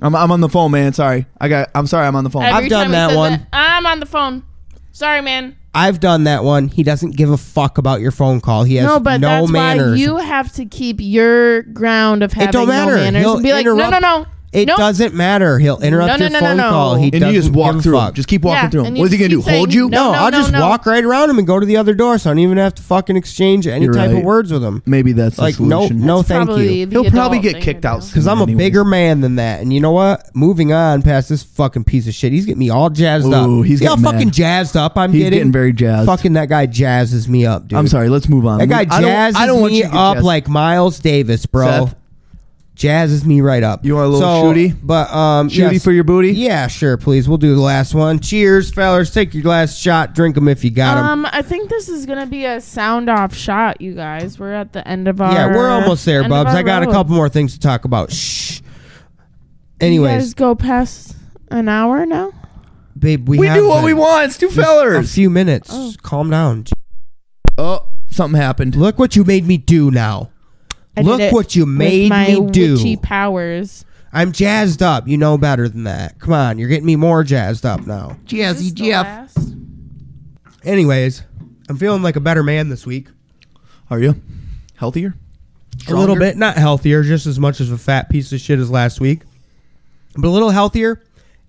B: I'm, I'm on the phone, man. Sorry, I got. I'm sorry, I'm on the phone.
A: Every
C: I've done
A: time he
C: that
A: says
C: one.
A: I'm on the phone. Sorry, man.
C: I've done that one. He doesn't give a fuck about your phone call. He has
A: no, but that's
C: manners.
A: why you have to keep your ground of having
C: don't matter.
A: no manners
C: He'll
A: and be like, no, no,
C: interrupt-
A: no.
C: it
A: Nope.
C: doesn't matter. He'll interrupt
A: No,
C: your
A: no, no, no,
C: phone
A: no.
C: call. He
B: and
C: doesn't
B: you just walk
C: give
B: through
C: a fuck.
B: him. Just keep walking
A: Yeah,
B: through him.
A: and
B: What is he
A: you
B: gonna do?
A: keep saying
B: Hold you?
A: no.
C: no, I'll just
A: no.
C: walk right around him and go to the other door, so I don't even have to fucking exchange any
B: You're
C: type of
B: right.
C: words with him.
B: Maybe that's the
C: Like, no,
B: solution.
C: no, thank you.
A: Probably the
B: He'll probably
A: adult
B: get
A: thing
B: kicked
A: to
B: out
A: do.
C: Because I'm a
B: Anyways.
C: bigger man than that, and you know what? Moving on past this fucking piece of shit, he's getting me all jazzed
B: Ooh,
C: up.
B: he's
C: See how
B: getting mad.
C: fucking jazzed up I'm
B: He's
C: getting.
B: getting very jazzed.
C: Fucking that guy jazzes me up, dude.
B: I'm sorry. Let's move on.
C: That guy
B: I don't-
C: jazzes
B: I don't want
C: me
B: you to get
C: up
B: jazzed.
C: like Miles Davis, bro.
B: Seth?
C: Jazzes me right up.
B: You want a little shooty?
C: But um,
B: Shooty
C: yes.
B: for your booty?
C: Yeah, sure, please. We'll do the last one. Cheers, fellas. Take your last shot. Drink them if you got them.
A: Um, I think this is gonna be a sound off shot, you guys. We're at the end of our
C: yeah, we're almost there,
A: uh, end of
C: Bubs.
A: our
C: I got a
A: road.
C: couple more things to talk about. Shh.
A: You
C: Anyways,
A: guys go past an hour now.
C: babe, we
B: We
C: have
B: do what
C: a-
B: we want. It's two
C: just A
B: fellers.
C: few minutes. Calm down.
B: Oh, something happened.
C: Look what you made me do now.
A: I
C: Look
A: did it
C: what you
A: with
C: made
A: my
C: me do.
A: Witchy powers.
C: I'm jazzed up. You know better than that. Come on, you're getting me more jazzed up now.
B: Jazzy
A: Is the last?
C: Anyways, I'm feeling like a better man this week.
B: Are you healthier?
C: A little
B: Stronger?
C: bit, not healthier, just as much as a fat piece of shit as last week, but a little healthier.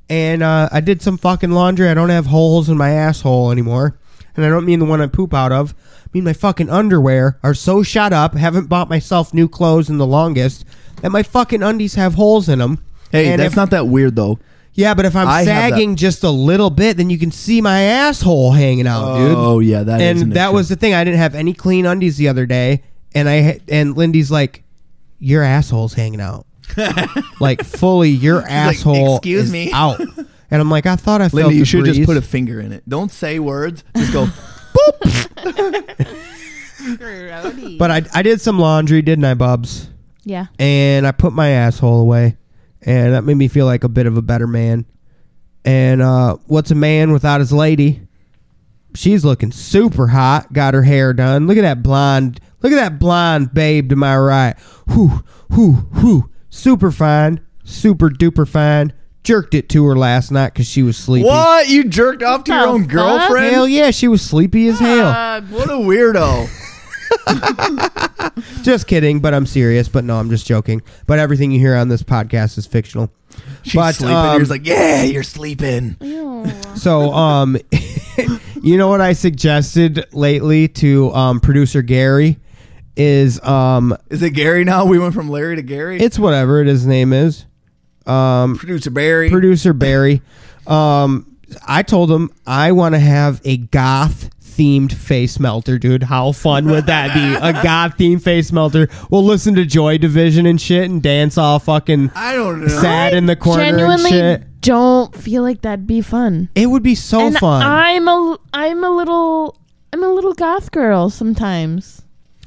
C: And uh, I did some fucking laundry. I don't have holes in my asshole anymore, and I don't mean the one I poop out of. I mean my fucking underwear are so shot up. Haven't bought myself new clothes in the longest that my fucking undies have holes in them.
B: Hey, that's
C: if,
B: not that weird though.
C: Yeah, but if I'm
B: I have that-
C: sagging just a little bit, then you can see my asshole hanging out, dude
B: Oh yeah, that is an
C: and that
B: issue.
C: was the thing. I didn't have any clean undies the other day, and I ha- and Lindy's like, "Your asshole's hanging out, like fully. Your
B: like,
C: asshole,
B: "Excuse
C: is
B: me."
C: out." And I'm like, I thought I felt
B: Linda,
C: the
B: you should just
C: breeze.
B: put a finger in it. Don't say words. Just go.
C: But I, I did some laundry, didn't I, Bubs?
A: yeah.
C: And I put my asshole away, and that made me feel like a bit of a better man. And uh, what's a man without his lady? She's looking super hot. Got her hair done. Look at that blonde. Look at that blonde babe to my right. Whoo, whoo, whoo. Super fine. Super duper fine. Jerked it to her last night because she was sleepy.
B: what? You jerked off to your
A: the
B: own
A: fuck?
B: girlfriend?
C: Hell yeah, she was sleepy as hell.
B: What a weirdo.
C: Just kidding, but I'm serious. But no, I'm just joking. But everything you hear on this podcast is fictional.
B: She's
C: But,
B: sleeping.
C: um,
B: you're just like, yeah, you're sleeping.
C: So, um, you know what I suggested lately to um, producer Gary is um,
B: Is it Gary now? We went from Larry to Gary.
C: it's whatever it, his name is. Um,
B: producer Barry.
C: producer Barry. Um, I told him I want to have a goth themed face melter, dude. How fun would that be? A goth themed face melter. We'll listen to Joy Division and shit and dance all fucking
B: I don't know.
C: sad in the corner and
A: Genuinely
C: shit.
A: don't feel like that'd be fun.
C: It would be so
A: and
C: fun.
A: I'm a I'm a little I'm a little goth girl sometimes.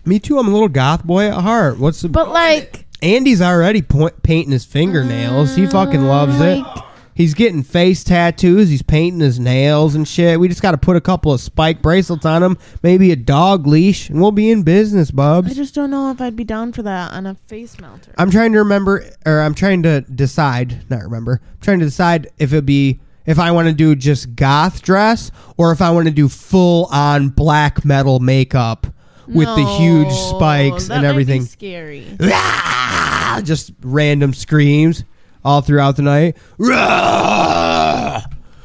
C: Me too. I'm a little goth boy at heart. What's the
A: But like
C: Andy's already point, painting his fingernails. He fucking loves it.
A: like-
C: He's getting face tattoos. He's painting his nails and shit. We just got to put a couple of spike bracelets on him, maybe a dog leash, and we'll be in business,
A: I
C: Bubs.
A: just don't know if I'd be down for that on a face melter.
C: I'm trying to remember, or I'm trying to decide, not remember. I'm trying to decide if it be if I want to do just goth dress or if I want to do full on black metal makeup with the huge
A: No,
C: spikes
A: that
C: and
A: might be
C: everything.
A: scary.
C: "Rah!" just random screams all throughout the night. "Rah!"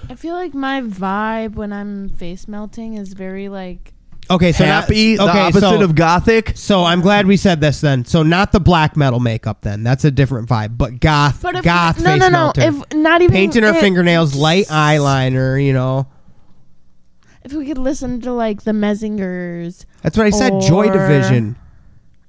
A: I feel like my vibe when I'm face melting is very like
C: Okay, so not-
B: Happy. the
C: okay,
B: opposite
C: so,
B: of gothic.
C: So I'm glad we said this then. So not the black metal makeup then. That's a different vibe, but goth,
A: But if
C: goth
A: no
C: face
A: no no
C: melter.
A: if not even
C: Painting her
A: if-
C: fingernails, light eyeliner, you know.
A: If we could listen to like the Mezingers,
C: That's what I said. Joy
A: Or-
C: Division.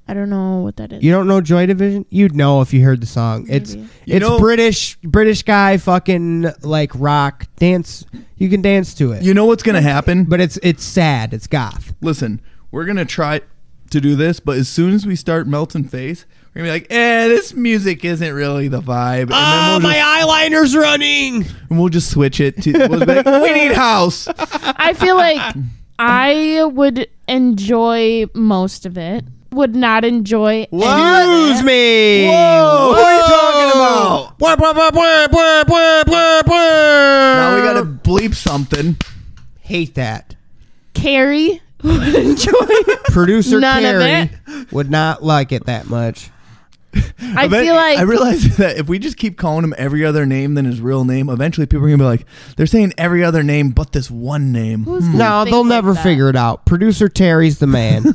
A: I don't know what that is.
C: You don't know Joy Division? You'd know if you heard the song. It's
A: Maybe.
B: You
C: it's
B: know-
C: British British guy fucking like rock dance. You can dance to it,
B: You know what's gonna happen?
C: but it's it's sad. It's goth.
B: listen, we're gonna try to do this, but as soon as we start melting face, we're gonna be like, eh, this music isn't really the vibe. And
A: Oh,
C: Ah,
B: then we'll,
C: my
B: just,
C: eyeliner's running.
B: and we'll just switch it to we'll be like, we need house.
A: I feel like I would enjoy most of it. Would not enjoy.
C: Excuse me.
B: Whoa, what are you talking about?
C: Blah, blah, blah, blah, blah, blah, blah, blah.
B: Now we gotta bleep something.
C: hate that.
A: Carrie would enjoy.
C: Producer
A: None of
C: Carrie would not like it that much.
A: I
B: Event-
A: feel like
B: I realize that if we just keep calling him every other name than his real name, eventually people are gonna be like, they're saying every other name but this one name. Hmm.
A: who's gonna
C: No,
A: think
C: they'll
A: like
C: never
A: that?
C: figure it out. Producer Terry's the man.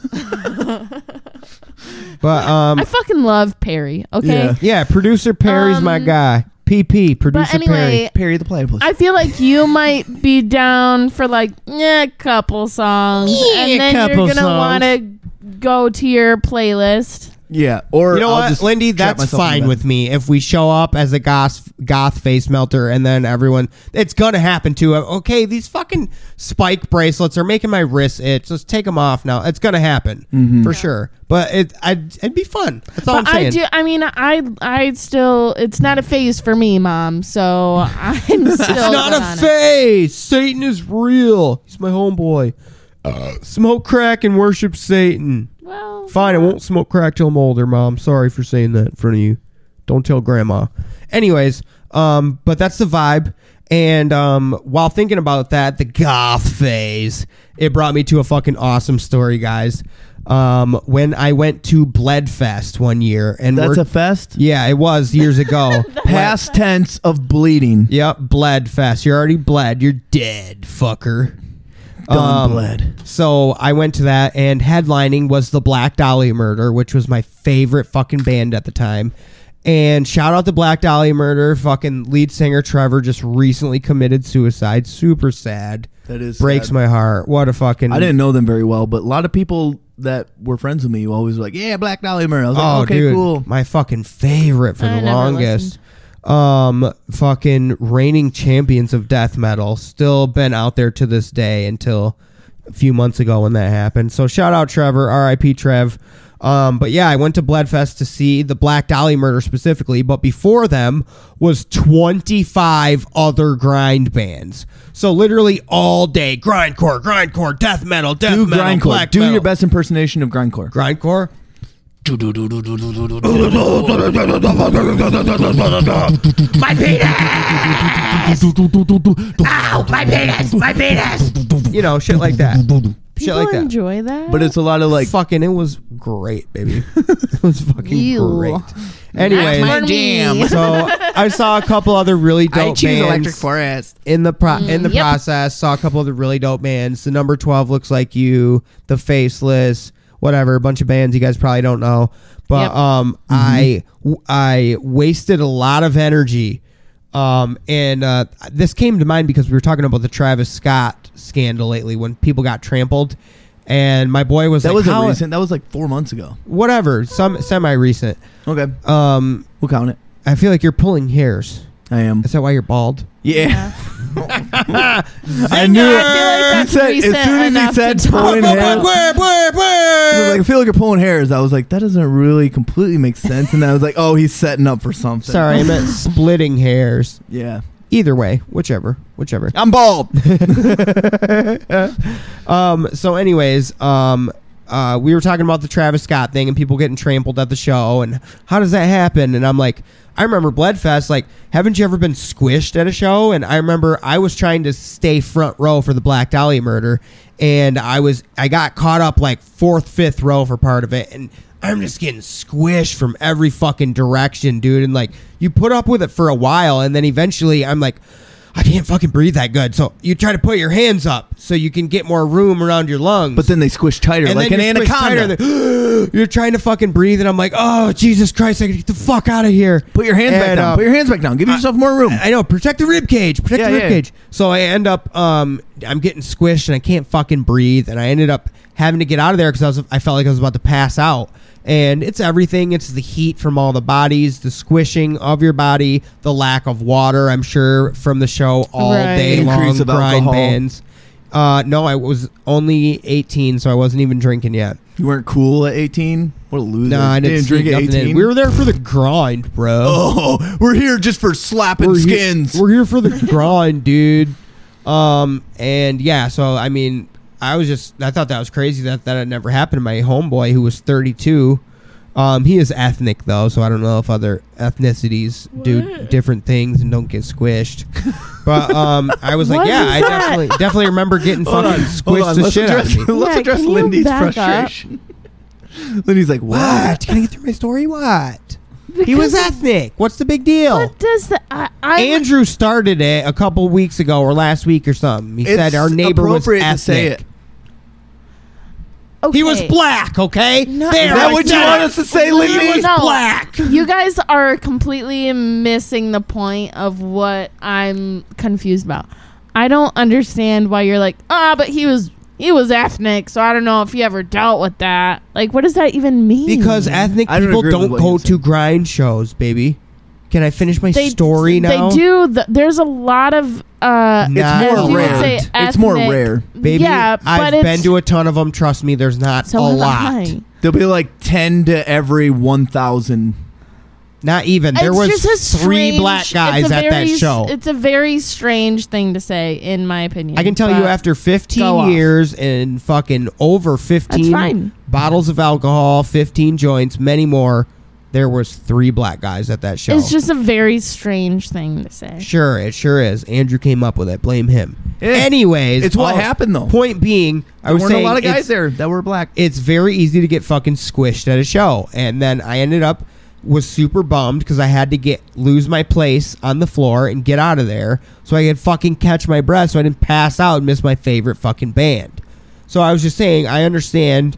C: but um,
A: I fucking love Perry. Okay.
B: Yeah.
C: yeah, producer Perry's my
A: Um,
C: guy. PP, producer
A: But anyway,
B: Perry the Platypus.
A: I feel like you might be down for like eh, a couple songs, and then
C: couple
A: you're gonna
C: songs.
A: want to go to your playlist.
B: yeah. Or
C: Perry. You know
B: I'll
C: what,
B: just
C: Lindy?
B: trap
C: That's
B: myself in
C: fine
B: bed.
C: with me if we show up as a goth goth face melter, and then everyone. It's gonna happen to. Okay, these fucking spike bracelets are making my wrists itch. Let's take them off now. It's gonna happen
B: Mm-hmm.
C: for sure. But it, I'd, it'd be fun. That's all
A: But
C: I'm
A: I
C: saying.
A: do. I mean, I I still. It's not a phase for me, mom. So I'm still
C: It's not
A: good
C: a
A: on it.
C: face. Satan is real. He's my homeboy. Uh, smoke crack and worship Satan.
A: Well,
C: Fine, I won't smoke crack till I'm older, Mom. Sorry for saying that in front of you. Don't tell Grandma. Anyways, um, but that's the vibe. And um, while thinking about that, the goth phase, it brought me to a fucking awesome story, guys. Um, when I went to Bledfest one year, and
B: That's
C: we're-
B: a fest.
C: yeah, it was years ago.
B: Past tense of bleeding.
C: Yep, bled fest. You're already bled. You're dead, fucker.
B: Done
C: Um,
B: bled.
C: So I went to that, and headlining was the Black Dolly Murder, which was my favorite fucking band at the time. And shout out to Black Dolly Murder. Fucking lead singer Trevor just recently committed suicide. Super sad.
B: That is
C: breaks
B: sad.
C: my heart. What a fucking.
B: I didn't know them very well, but a lot of people that were friends with me always were like, "Yeah, Black Dolly Murray." I was like,
C: Oh,
B: "Okay,
C: dude,
B: cool."
C: my fucking favorite for
A: I
C: the
A: never
C: longest.
A: listened.
C: um fucking reigning champions of death metal still been out there to this day until a few months ago when that happened so shout out trevor rip trev um, but yeah, I went to Bloodfest to see the Black Dolly murder specifically, but before them was 25 other grind bands. So literally all day grindcore, grindcore, death metal, death
B: Do
C: metal,
B: grindcore.
C: black
B: Do
C: metal.
B: your best impersonation of grindcore.
C: grindcore.
G: My penis! Ow, my penis! My penis!
C: You know, shit like that. shit
A: People
C: like that.
A: enjoy that.
B: But it's a lot of like
C: fucking it was great, baby. it was fucking
A: Ew.
C: great. Anyway,
A: Not for me. jam.
C: So I saw a couple other really dope bands
B: Forest.
C: in the pro- in the
A: Mm, yep.
C: process. Saw a couple of the really dope bands. The number twelve looks like you. The faceless, whatever, a bunch of bands you guys probably don't know. But
A: Yep.
C: um,
B: Mm-hmm.
C: I w- I wasted a lot of energy. Um, and uh, this came to mind because we were talking about the Travis Scott scandal lately when people got trampled. And my boy was
B: That
C: like,
B: was a
C: "How-
B: recent. That was like four months ago.
C: whatever, some semi recent.
B: Okay,
C: Um,
B: we'll count it.
C: I feel like you're pulling hairs.
B: I am.
C: Is that why you're bald?
B: Yeah. I knew
A: I
B: it.
A: feel like that's
B: He said-
A: recent
B: as soon as
A: enough
B: he said
A: to
B: pulling
A: talk
B: hairs,
A: about.
B: he was like, I feel like you're pulling hairs. I was like, that doesn't really completely make sense. And I was like, oh, he's setting up for something.
C: Sorry, I meant splitting hairs.
B: Yeah.
C: Either way, whichever, whichever.
B: I'm bald.
C: Um, so, anyways, um, uh, we were talking about the Travis Scott thing and people getting trampled at the show, and how does that happen? And I'm like, I remember Bloodfest. Like, haven't you ever been squished at a show? And I remember I was trying to stay front row for the Black Dahlia murder, and I was I got caught up like fourth, fifth row for part of it, and I'm just getting squished from every fucking direction, dude. And like, you put up with it for a while, and then eventually, I'm like. I can't fucking breathe that good. So you try to put your hands up so you can get more room around your lungs.
B: But then they squish tighter like an
C: you're squished tighter,
B: anaconda.
C: and you're trying to fucking breathe, and I'm like, oh Jesus Christ, I gotta get the fuck out of here.
B: Put your hands back
C: And,
B: down.
C: uh,
B: Put your hands back down. Give yourself more room.
C: I know. Protect the rib cage. Protect
B: Yeah,
C: the rib
B: yeah.
C: cage. So I end up, um, I'm getting squished and I can't fucking breathe, and I ended up having to get out of there because I was, I felt like I was about to pass out. And it's everything. It's the heat from all the bodies, the squishing of your body, the lack of water. I'm sure from the show all
A: Right.
C: day
B: Increase
C: long.
B: of
C: grind
B: alcohol.
C: bands. Uh, no, I was only 18, so I wasn't even drinking yet.
B: You weren't cool at 18. What a loser.
C: No, I didn't,
B: drink at
C: sneak nothing in.
B: 18.
C: We were there for the grind, bro.
B: Oh, we're here just for slapping
C: we're here-
B: skins.
C: we're here for the grind, dude. Um, and yeah, so I mean, I was just I thought that was crazy that that had never happened to my homeboy who was 32. Um, he is ethnic though, so I don't know if other ethnicities do different things and don't get squished. But um, I was like,
A: What
C: yeah,
A: is
C: I
A: that?
C: definitely definitely remember getting
B: Hold
C: fucking
B: on, hold
C: squished
B: on.
C: the
B: Let's
C: shit out
B: address,
C: of me.
B: let's
A: Yeah,
B: address
A: can you
B: Lindy's
A: back up?
B: frustration. Lindy's like,
C: What?
B: what?
C: Can I get through my story? What? He
A: Because
C: was ethnic. What's the big deal?
A: What does the I, I
C: Andrew started it a couple weeks ago or last week or something. He said our neighbor was
B: appropriate to
C: ethnic.
B: say it.
A: okay.
C: He was black. Okay,
A: No.
C: There,
A: Is
B: Is that
C: I
B: what you
C: said
B: want
C: it.
B: us to say,
A: No,
B: Lindy?
A: no.
C: black.
A: You guys are completely missing the point of what I'm confused about. I don't understand why you're like, ah, but he was he was ethnic, so I don't know if he ever dealt with that. Like, what does that even mean?
C: Because ethnic
B: I don't
C: people
B: agree with
C: don't
B: what
C: go
B: you said.
C: to grind shows, baby. Can I finish my story now?
A: They do. Th- there's a lot of uh,
C: It's
A: as
C: more
A: you would say,
C: rare.
B: It's more
A: ethnic-
B: rare.
C: Baby,
A: yeah,
C: I've
A: but it's,
C: been to a ton of them. Trust me, there's not
A: so
C: a
A: have
C: lot.
A: I.
B: There'll be like 10 to every 1,000.
C: Not even. There
A: It's
C: was
A: just a
C: three
A: strange-
C: black
A: it's
C: guys
A: a
C: at that
A: very s-
C: show.
A: It's a very strange thing to say, in my opinion.
C: I can tell you
A: but-
C: after
A: Go
C: 15
A: off.
C: years and fucking over
A: That's fine.
C: 15 bottles of alcohol, 15 joints, many more, there was three black guys at that show.
A: It's just a very strange thing to say.
C: sure, it sure is. Andrew came up with it. Blame him. Anyways,
B: Eh, It's what happened, though.
C: Point being, I
B: There
C: was
B: weren't a
C: saying
B: lot of
C: it's-
B: guys there that were black.
C: it's very easy to get fucking squished at a show. And then I ended up was super bummed because I had to get lose my place on the floor and get out of there so I could fucking catch my breath so I didn't pass out and miss my favorite fucking band. So I was just saying I understand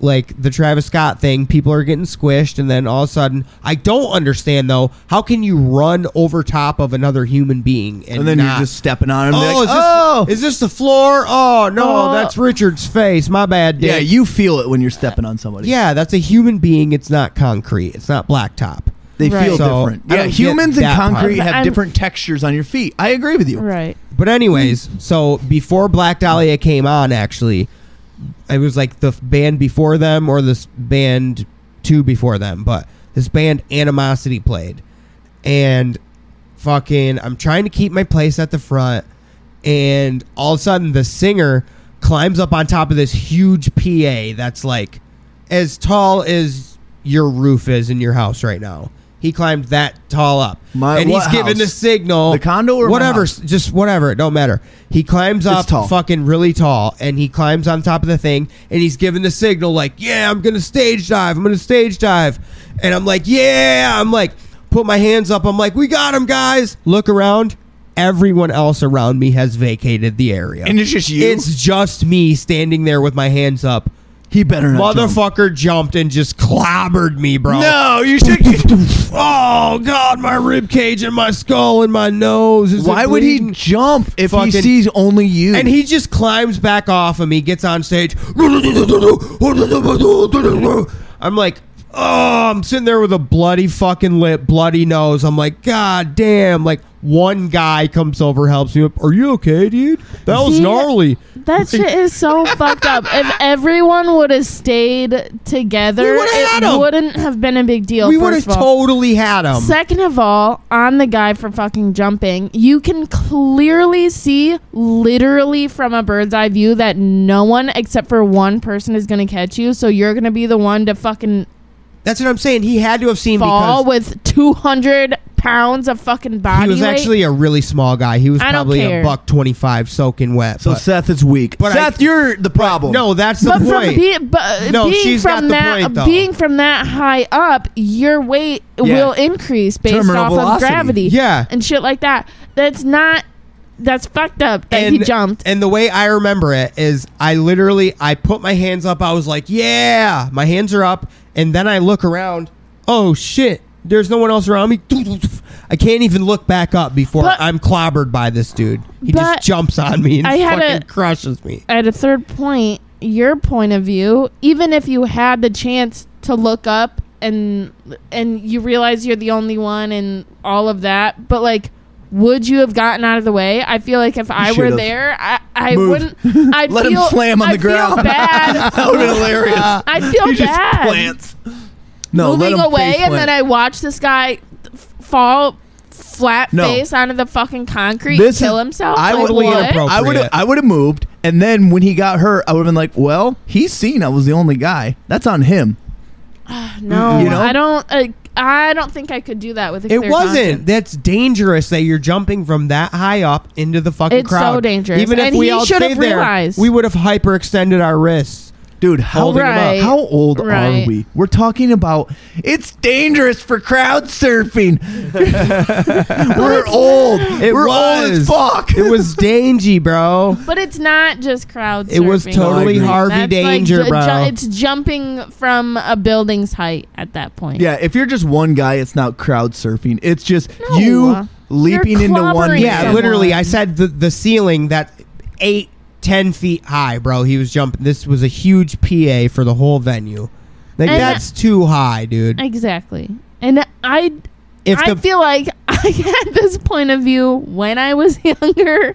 C: like the Travis Scott thing, people are getting squished and then all of a sudden I don't understand though, how can you run over top of another human being and,
B: and then
C: not-
B: you're just stepping on him.
C: Oh,
B: like,
C: is this,
B: oh! Uh,
C: is this the floor? Oh no,
A: Oh.
C: that's Richard's face. My bad, dude.
B: yeah, you feel it when you're stepping on somebody.
C: Yeah, that's a human being. It's not concrete. It's not blacktop.
B: They
A: Right.
B: feel
C: So,
B: different.
C: I
B: Yeah,
C: don't get
B: humans and
C: that part.
B: concrete have
A: I'm-
B: different textures on your feet. I agree with you.
A: Right.
C: But anyways, so before Black Dahlia came on, actually, it was like the f- band before them or this band two before them, but this band Animosity played, and fucking, I'm trying to keep my place at the front, and all of a sudden the singer climbs up on top of this huge PA that's like as tall as your roof is in your house right now. He climbed that tall up,
B: My-
C: and he's
B: what
C: giving the
B: house?
C: signal.
B: The condo or my
C: whatever,
B: house?
C: just whatever, it don't matter. He climbs up
B: tall.
C: fucking really tall and he climbs on top of the thing and he's giving the signal like, "Yeah, I'm going to stage dive. I'm going to stage dive." And I'm like, "Yeah." I'm like, put my hands up. I'm like, "We got him, guys." Look around. Everyone else around me has vacated the area.
B: And it's just you?
C: It's just me standing there with my hands up.
B: He better not. jump.
C: Motherfucker jumped and just clobbered me, bro.
B: No, you should.
C: Oh god, my rib cage and my skull and my nose. Is it
B: Why would he
C: bleeding?
B: jump if he
C: Fucking-
B: sees only you?
C: And he just climbs back off of me, gets on stage. I'm like, oh, I'm sitting there with a bloody fucking lip, bloody nose. I'm like, god damn. Like, one guy comes over, helps me up. Are you okay, dude? That was
A: See?
C: gnarly.
A: That shit is so fucked up. If everyone would have stayed together,
C: We would've had 'em.
A: it wouldn't have been a big deal.
C: We would
A: first
C: have
A: of all.
C: totally had him.
A: Second of all, on the guy for fucking jumping, you can clearly see, literally from a bird's eye view, that no one except for one person is gonna catch you. So you're gonna be the one to fucking
C: That's what I'm saying. He had to have seen
A: fall
C: because
A: with 200 pounds of fucking body
C: he was
A: weight.
C: actually a really small guy. He was
A: I don't
C: probably a
A: care.
C: buck twenty five, soaking wet.
B: so
C: but-
B: Seth is weak.
C: But I-
B: Seth, you're the problem.
C: no, that's the
A: but
C: point.
A: from be, but uh,
C: No,
A: being
C: she's got
A: from
C: the
A: that
C: point, though.
A: being from that high up, your weight will increase based
B: Terminal
A: off
B: velocity.
A: of gravity,
C: Yeah.
A: and shit like that. That's not. That's fucked up. That he jumped.
C: And the way I remember it is I literally I put my hands up. I was like, "Yeah." My hands are up and then I look around. Oh shit. There's no one else around me. I can't even look back up before
A: But-
C: I'm clobbered by this dude. He
A: But-
C: just jumps on me and
A: I had
C: fucking
A: a-
C: crushes me.
A: at a third point, your point of view, even if you had the chance to look up and and you realize you're the only one and all of that, but like would you have gotten out of the way? I feel like if I were
B: should've.
A: there, I, I
B: Move.
A: wouldn't. I'd
B: Let him
A: feel,
B: slam on the
A: I'd
B: ground.
A: Feel bad.
B: that would have been hilarious.
A: I feel
B: He just
A: bad.
B: plants. No, let
A: Moving
B: him
A: away,
B: face
A: and then
B: plant.
A: I watch this guy f- fall flat
B: No.
A: face onto the fucking concrete,
B: This
A: kill
B: is-
A: himself.
B: I
A: like,
B: would've
C: been
A: what?
C: appropriate.
B: I would have I would have moved, and then when he got hurt, I would have been like, "Well, he's seen I was the only guy. That's on him."
A: No,
B: You know?
A: I don't. Uh, I don't think I could do that with a
C: It
A: clear
C: wasn't.
A: conscience.
C: That's dangerous that you're jumping from that high up into the fucking
A: It's so
C: crowd.
A: dangerous.
C: Even if
A: And
C: we
A: he
C: all
A: should
C: stayed
A: have
C: there,
A: realized.
C: we would have hyperextended our wrists.
B: Dude, how,
C: Holding him up.
A: Right.
B: how old are
A: Right.
B: we? We're talking about it's dangerous for crowd surfing. We're old.
C: It
B: We're old
C: was.
B: as fuck.
C: It was dangy, bro.
A: But it's not just crowd surfing.
C: It was totally
B: No, I agree.
C: Harvey
A: That's like,
C: Danger,
A: ju-
C: bro.
A: ju- it's jumping from a building's height at that point.
B: Yeah, if you're just one guy, it's not crowd surfing. It's just
A: No.
B: you leaping
A: You're
B: into one.
A: clobbering
C: yeah,
A: someone.
C: literally. I said the the ceiling that eight, ten feet high, bro. He was jumping. This was a huge PA for the whole venue. Like
A: And-
C: that's too high, dude.
A: exactly. And I,
C: If
A: I
C: the
A: feel like I had this point of view when I was younger.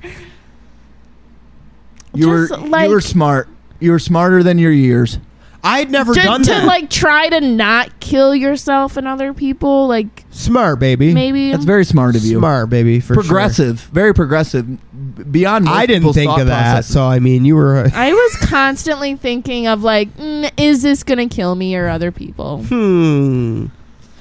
B: You were
A: Just like-
B: you were smart. You were smarter than your years.
C: I'd never
A: Just
C: done
A: to
C: that.
A: like try to not kill yourself and other people, like
C: smart, baby.
A: maybe
B: That's very smart of you.
C: smart, baby. For sure.
B: progressive, very progressive, b- beyond. most
C: I didn't
B: people's
C: think
B: thought
C: of that.
B: processes.
C: So I mean, you were. uh,
A: I was constantly thinking of like, mm, is this gonna kill me or other people?
C: Hmm.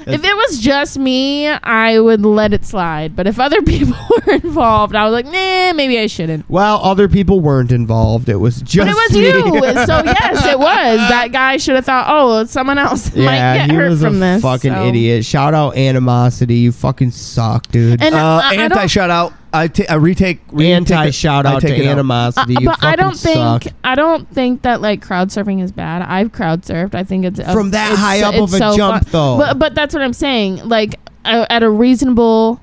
A: If it was just me, I would let it slide. But if other people were involved, I was like, nah, maybe I shouldn't.
C: Well, other people weren't involved. It was just
A: But it was
C: me.
A: you, so yes, it was. That guy should have thought, oh, someone else might get
C: he
A: hurt
C: was
A: from
C: a
A: this.
C: fucking
A: so.
C: idiot. Shout out animosity. You fucking suck, dude.
A: And
B: uh,
A: I, I
B: anti
A: don't,
B: shout out. I ta- I retake retake
C: Anti
B: it-
C: shout
B: I
C: out
B: take
C: to
B: it out.
A: uh,
C: animosity. you
A: but I
C: fucking
A: don't think
C: suck.
A: I don't think that like crowd surfing is bad. I've crowd surfed. I think it's a-
C: From that
A: it's
C: high
A: so-
C: up of
A: it's
C: a
A: so
C: jump,
A: fun.
C: though.
A: But but that's what I'm saying. Like uh, at a reasonable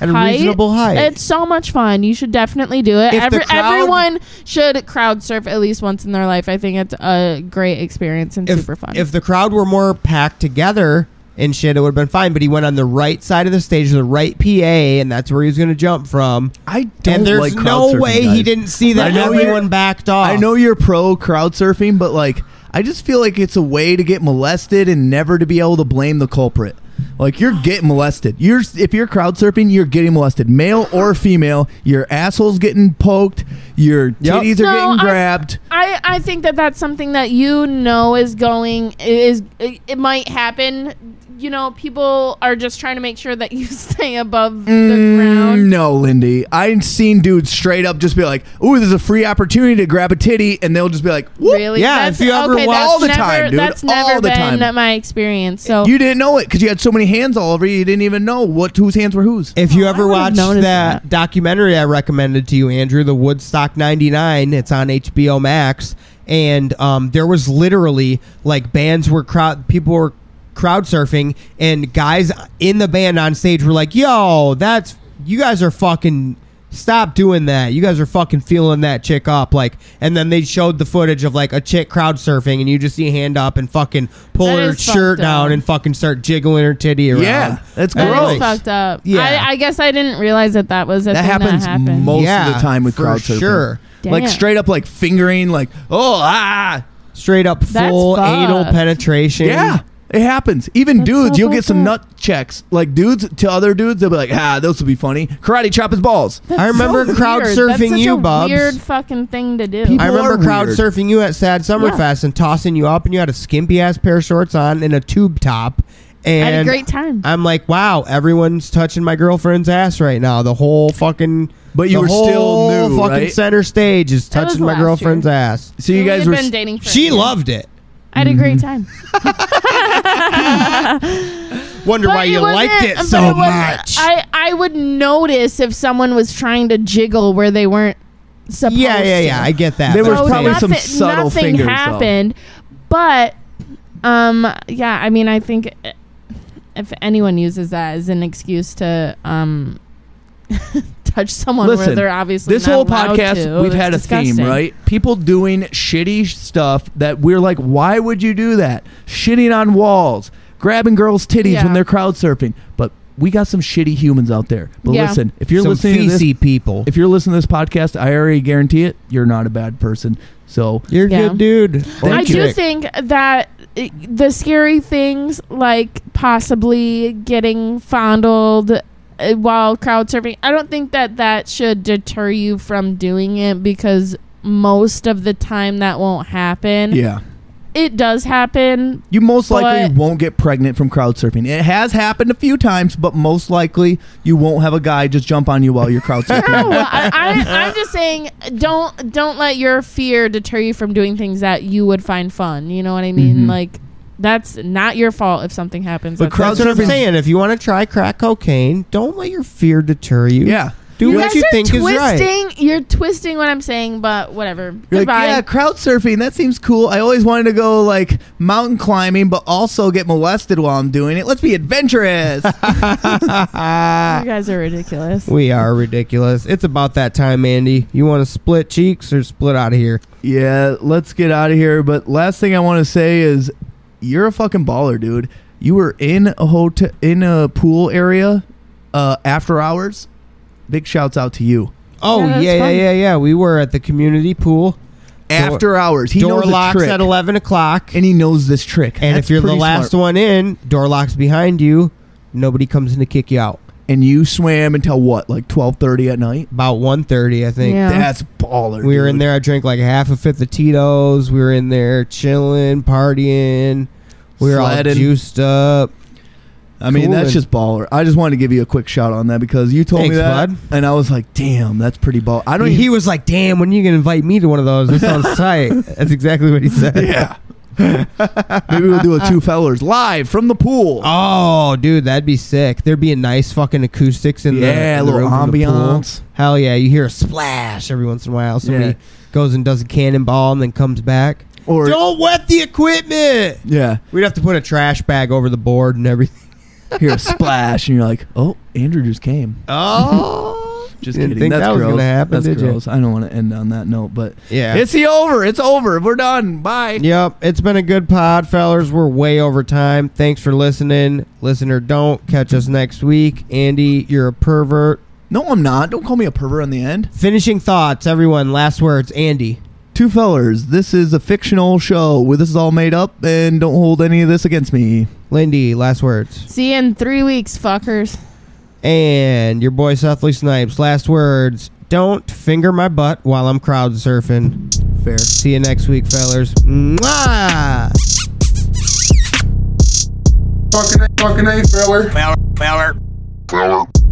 C: at a
A: height,
C: reasonable height.
A: It's so much fun. You should definitely do it.
C: If the
A: Every,
C: crowd-
A: everyone should crowd surf at least once in their life. I think it's a great experience and
C: if,
A: super fun.
C: If the crowd were more packed together, and shit, it would have been fine. But he went on the right side of the stage, the right PA, and that's where he was going to jump from.
B: I don't
C: and there's
B: like crowd
C: no
B: surfing,
C: way
B: guys.
C: he didn't see
B: I
C: that
B: know you're-
C: everyone backed off.
B: I know you're pro crowd surfing, but like I just feel like it's a way to get molested and never to be able to blame the culprit. Like you're getting molested. You're if you're crowd surfing, you're getting molested, male or female. Your asshole's getting poked. Your
C: Yep.
B: titties
A: No,
B: are getting
A: I-
B: grabbed.
A: I, I think that that's something that you know is going is it, it might happen. You know, people are just trying to make sure that you stay above
C: Mm,
A: the ground.
B: No, Lindy. I've seen dudes straight up just be like, "Ooh, there's a free opportunity to grab a titty," and they'll just be like, "Whoop."
A: Really?
C: Yeah,
A: That's-
C: if you ever
A: okay,
C: wa-
A: that's
B: all the
A: never-
B: time, dude,
A: That's
B: all
A: never
B: the
A: been
B: time.
A: my experience. So
B: You didn't know it because you had so many hands all over you. You didn't even know what whose hands were whose.
C: If you
A: Oh, I
C: ever
A: would've
C: watched that,
A: noticed that.
C: documentary I recommended to you, Andrew, the Woodstock 99, it's on HBO Max, and um, there was literally like bands were crowd, people were crowd surfing, and guys in the band on stage were like, yo, that's, you guys are fucking. Stop doing that. You guys are fucking feeling that chick up. Like, and then they showed the footage of like a chick crowd surfing, and you just see a hand up and fucking pulling
A: That
C: her
A: is fucked
C: shirt down
A: up.
C: and fucking start jiggling her titty around.
B: Yeah, that's
A: that
B: gross.
A: is fucked up.
C: Yeah.
A: I, I guess I didn't realize that that was a
B: That
A: thing
B: happens
A: that happened.
B: most of the time with
C: for
B: crowd surfing.
C: Sure.
B: Like
A: Damn.
B: straight up, like fingering, like oh ah,
C: Straight up
A: That's
C: full anal
A: fucked.
C: penetration.
B: yeah. It happens. Even
A: That's
B: dudes,
A: so
B: you'll get
A: fucked
B: some
A: up.
B: nut checks. Like dudes to other dudes, they'll be like, ah, this will be funny. Karate chop his balls.
C: I remember
A: That's
C: crowd
A: weird. That's
C: surfing
A: such
C: you,
A: a
C: Bubs.
A: Weird fucking thing to do.
B: People-
C: I remember
B: are
C: crowd
B: weird.
C: surfing you at Sad Summerfest and tossing you up, and you had a skimpy ass pair of shorts on and a tube top. And
A: I had a great time.
C: I'm like, wow, everyone's touching my girlfriend's ass right now. The whole fucking,
B: But you
C: the
B: were still
C: whole
B: new,
C: fucking
B: right?
C: center stage is
A: That was
C: touching my
A: last
C: girlfriend's
A: year.
C: ass.
B: So you
A: We
B: guys
A: had
B: were.
A: been dating. For a
C: She
A: year.
C: loved it.
A: I had a great time.
C: Wonder
A: But
C: why you
A: wasn't-
C: liked it
A: but
C: so
A: wasn't-
C: much.
A: I, I would notice if someone was trying to jiggle where they weren't supposed
C: yeah, yeah, yeah.
A: to.
C: I get that.
B: There
C: but
B: was
C: I'm
B: probably
C: saying-
B: some subtle
A: nothing
B: fingers, though.
A: happened, but um, yeah. I mean, I think uh, if anyone uses that as an excuse to um, touch someone
B: Listen,
A: where they're obviously
B: this
A: not
B: whole
A: allowed
B: podcast,
A: to,
B: we've
A: it's
B: had a
A: disgusting.
B: theme, right? People doing shitty stuff that we're like, why would you do that? Shitting on walls, grabbing girls' titties
A: Yeah.
B: when they're crowd surfing. But we got some shitty humans out there. But
A: Yeah.
B: listen, if you're
C: some
B: listening to this
C: feces people.
B: if you're listening to this podcast, I already guarantee it, you're not a bad person. So
C: You're a
A: Yeah.
C: good dude. Or
A: I do
C: chick.
A: think that uh, the scary things, like possibly getting fondled uh, while crowd surfing, I don't think that that should deter you from doing it because most of the time that won't happen.
B: yeah.
A: It does happen.
B: You most likely
A: But-
B: won't get pregnant from crowd surfing. It has happened a few times, but most likely you won't have a guy just jump on you while you're crowd
A: No,
B: surfing.
A: I, I, I'm just saying, don't don't let your fear deter you from doing things that you would find fun. You know what I mean?
C: Mm-hmm.
B: Mhm.
A: Like that's not your fault if something happens.
B: But
A: That's-
B: crowd
C: That's what I'm
B: surfing-
C: saying. If you want to try crack cocaine, don't let your fear deter you.
B: yeah.
C: Do
A: You
C: what
A: guys
C: you
A: are
C: think is right.
A: twisting- You're twisting what I'm saying, but whatever.
B: You're like,
A: Goodbye.
B: yeah, crowd surfing. That seems cool. I always wanted to go like mountain climbing, but also get molested while I'm doing it. Let's be adventurous.
A: you guys are ridiculous.
C: We are ridiculous. It's about that time, Andy. You want to split cheeks or split out of here?
B: Yeah, let's get out of here. But last thing I want to say is, you're a fucking baller, dude. You were in a hotel, in a pool area, uh, after hours. Big shouts out to you.
C: Oh
A: Yeah,
C: yeah,
A: that's
C: yeah, yeah,
A: fine.
C: yeah, We were at the community pool.
B: After hours, he
C: door
B: knows a
C: locks
B: trick,
C: at eleven o'clock.
B: and he knows this trick.
C: And if you're the last one in, door locks behind you. Nobody comes in to kick you out.
B: and you swam until what, like twelve thirty at night?
C: About 1.30, I think.
A: Yeah.
B: That's baller.
C: We were in
B: dude.
C: there. I drank like half a fifth of Tito's. We were in there chilling, partying. We were
B: Sledding.
C: all juiced up.
B: I mean,
C: Cool.
B: that's just baller. I just wanted to give you a quick shout on that because you told
C: Thanks,
B: me that,
C: bud.
B: and I was like, "Damn, that's pretty baller." I don't.
C: he
B: even,
C: was like, "Damn, when you gonna invite me to one of those? That sounds tight." That's exactly what he said.
B: yeah. Maybe we'll do a two fellers live from the pool.
C: Oh, dude, that'd be sick. There'd be a nice fucking acoustics in the
B: Yeah, a
C: in the
B: little
C: room from the pool.
B: ambiance.
C: Hell yeah, you hear a splash every once in a while. Somebody
B: Yeah.
C: goes and does a cannonball and then comes back.
B: Or
C: Don't wet the equipment.
B: yeah,
C: We'd have to put a trash bag over the board and everything.
B: hear a splash, and you're like, "Oh, Andrew just came."
C: Oh,
B: Just
C: Didn't
B: kidding.
C: think
B: That's
C: that was
B: gross.
C: gonna happen,
B: That's
C: did ya?
B: gross. I don't want to end on that note, but
C: Yeah.
B: it's the over. It's over. We're done. Bye.
C: Yep, it's been a good pod, fellers. We're way over time. Thanks for listening. Listener, don't catch us next week. Andy, you're a pervert.
B: No, I'm not. Don't call me a pervert on the end.
C: Finishing thoughts, everyone. Last words, Andy.
B: Two fellers. This is a fictional show. Where this is all made up, and don't hold any of this against me.
C: Lindy, last words.
A: See you in three weeks, fuckers.
C: And your boy Southley Snipes, last words. Don't finger my butt while I'm crowd surfing.
B: Fair.
C: See you next week, fellers. Mwah!
F: Feller.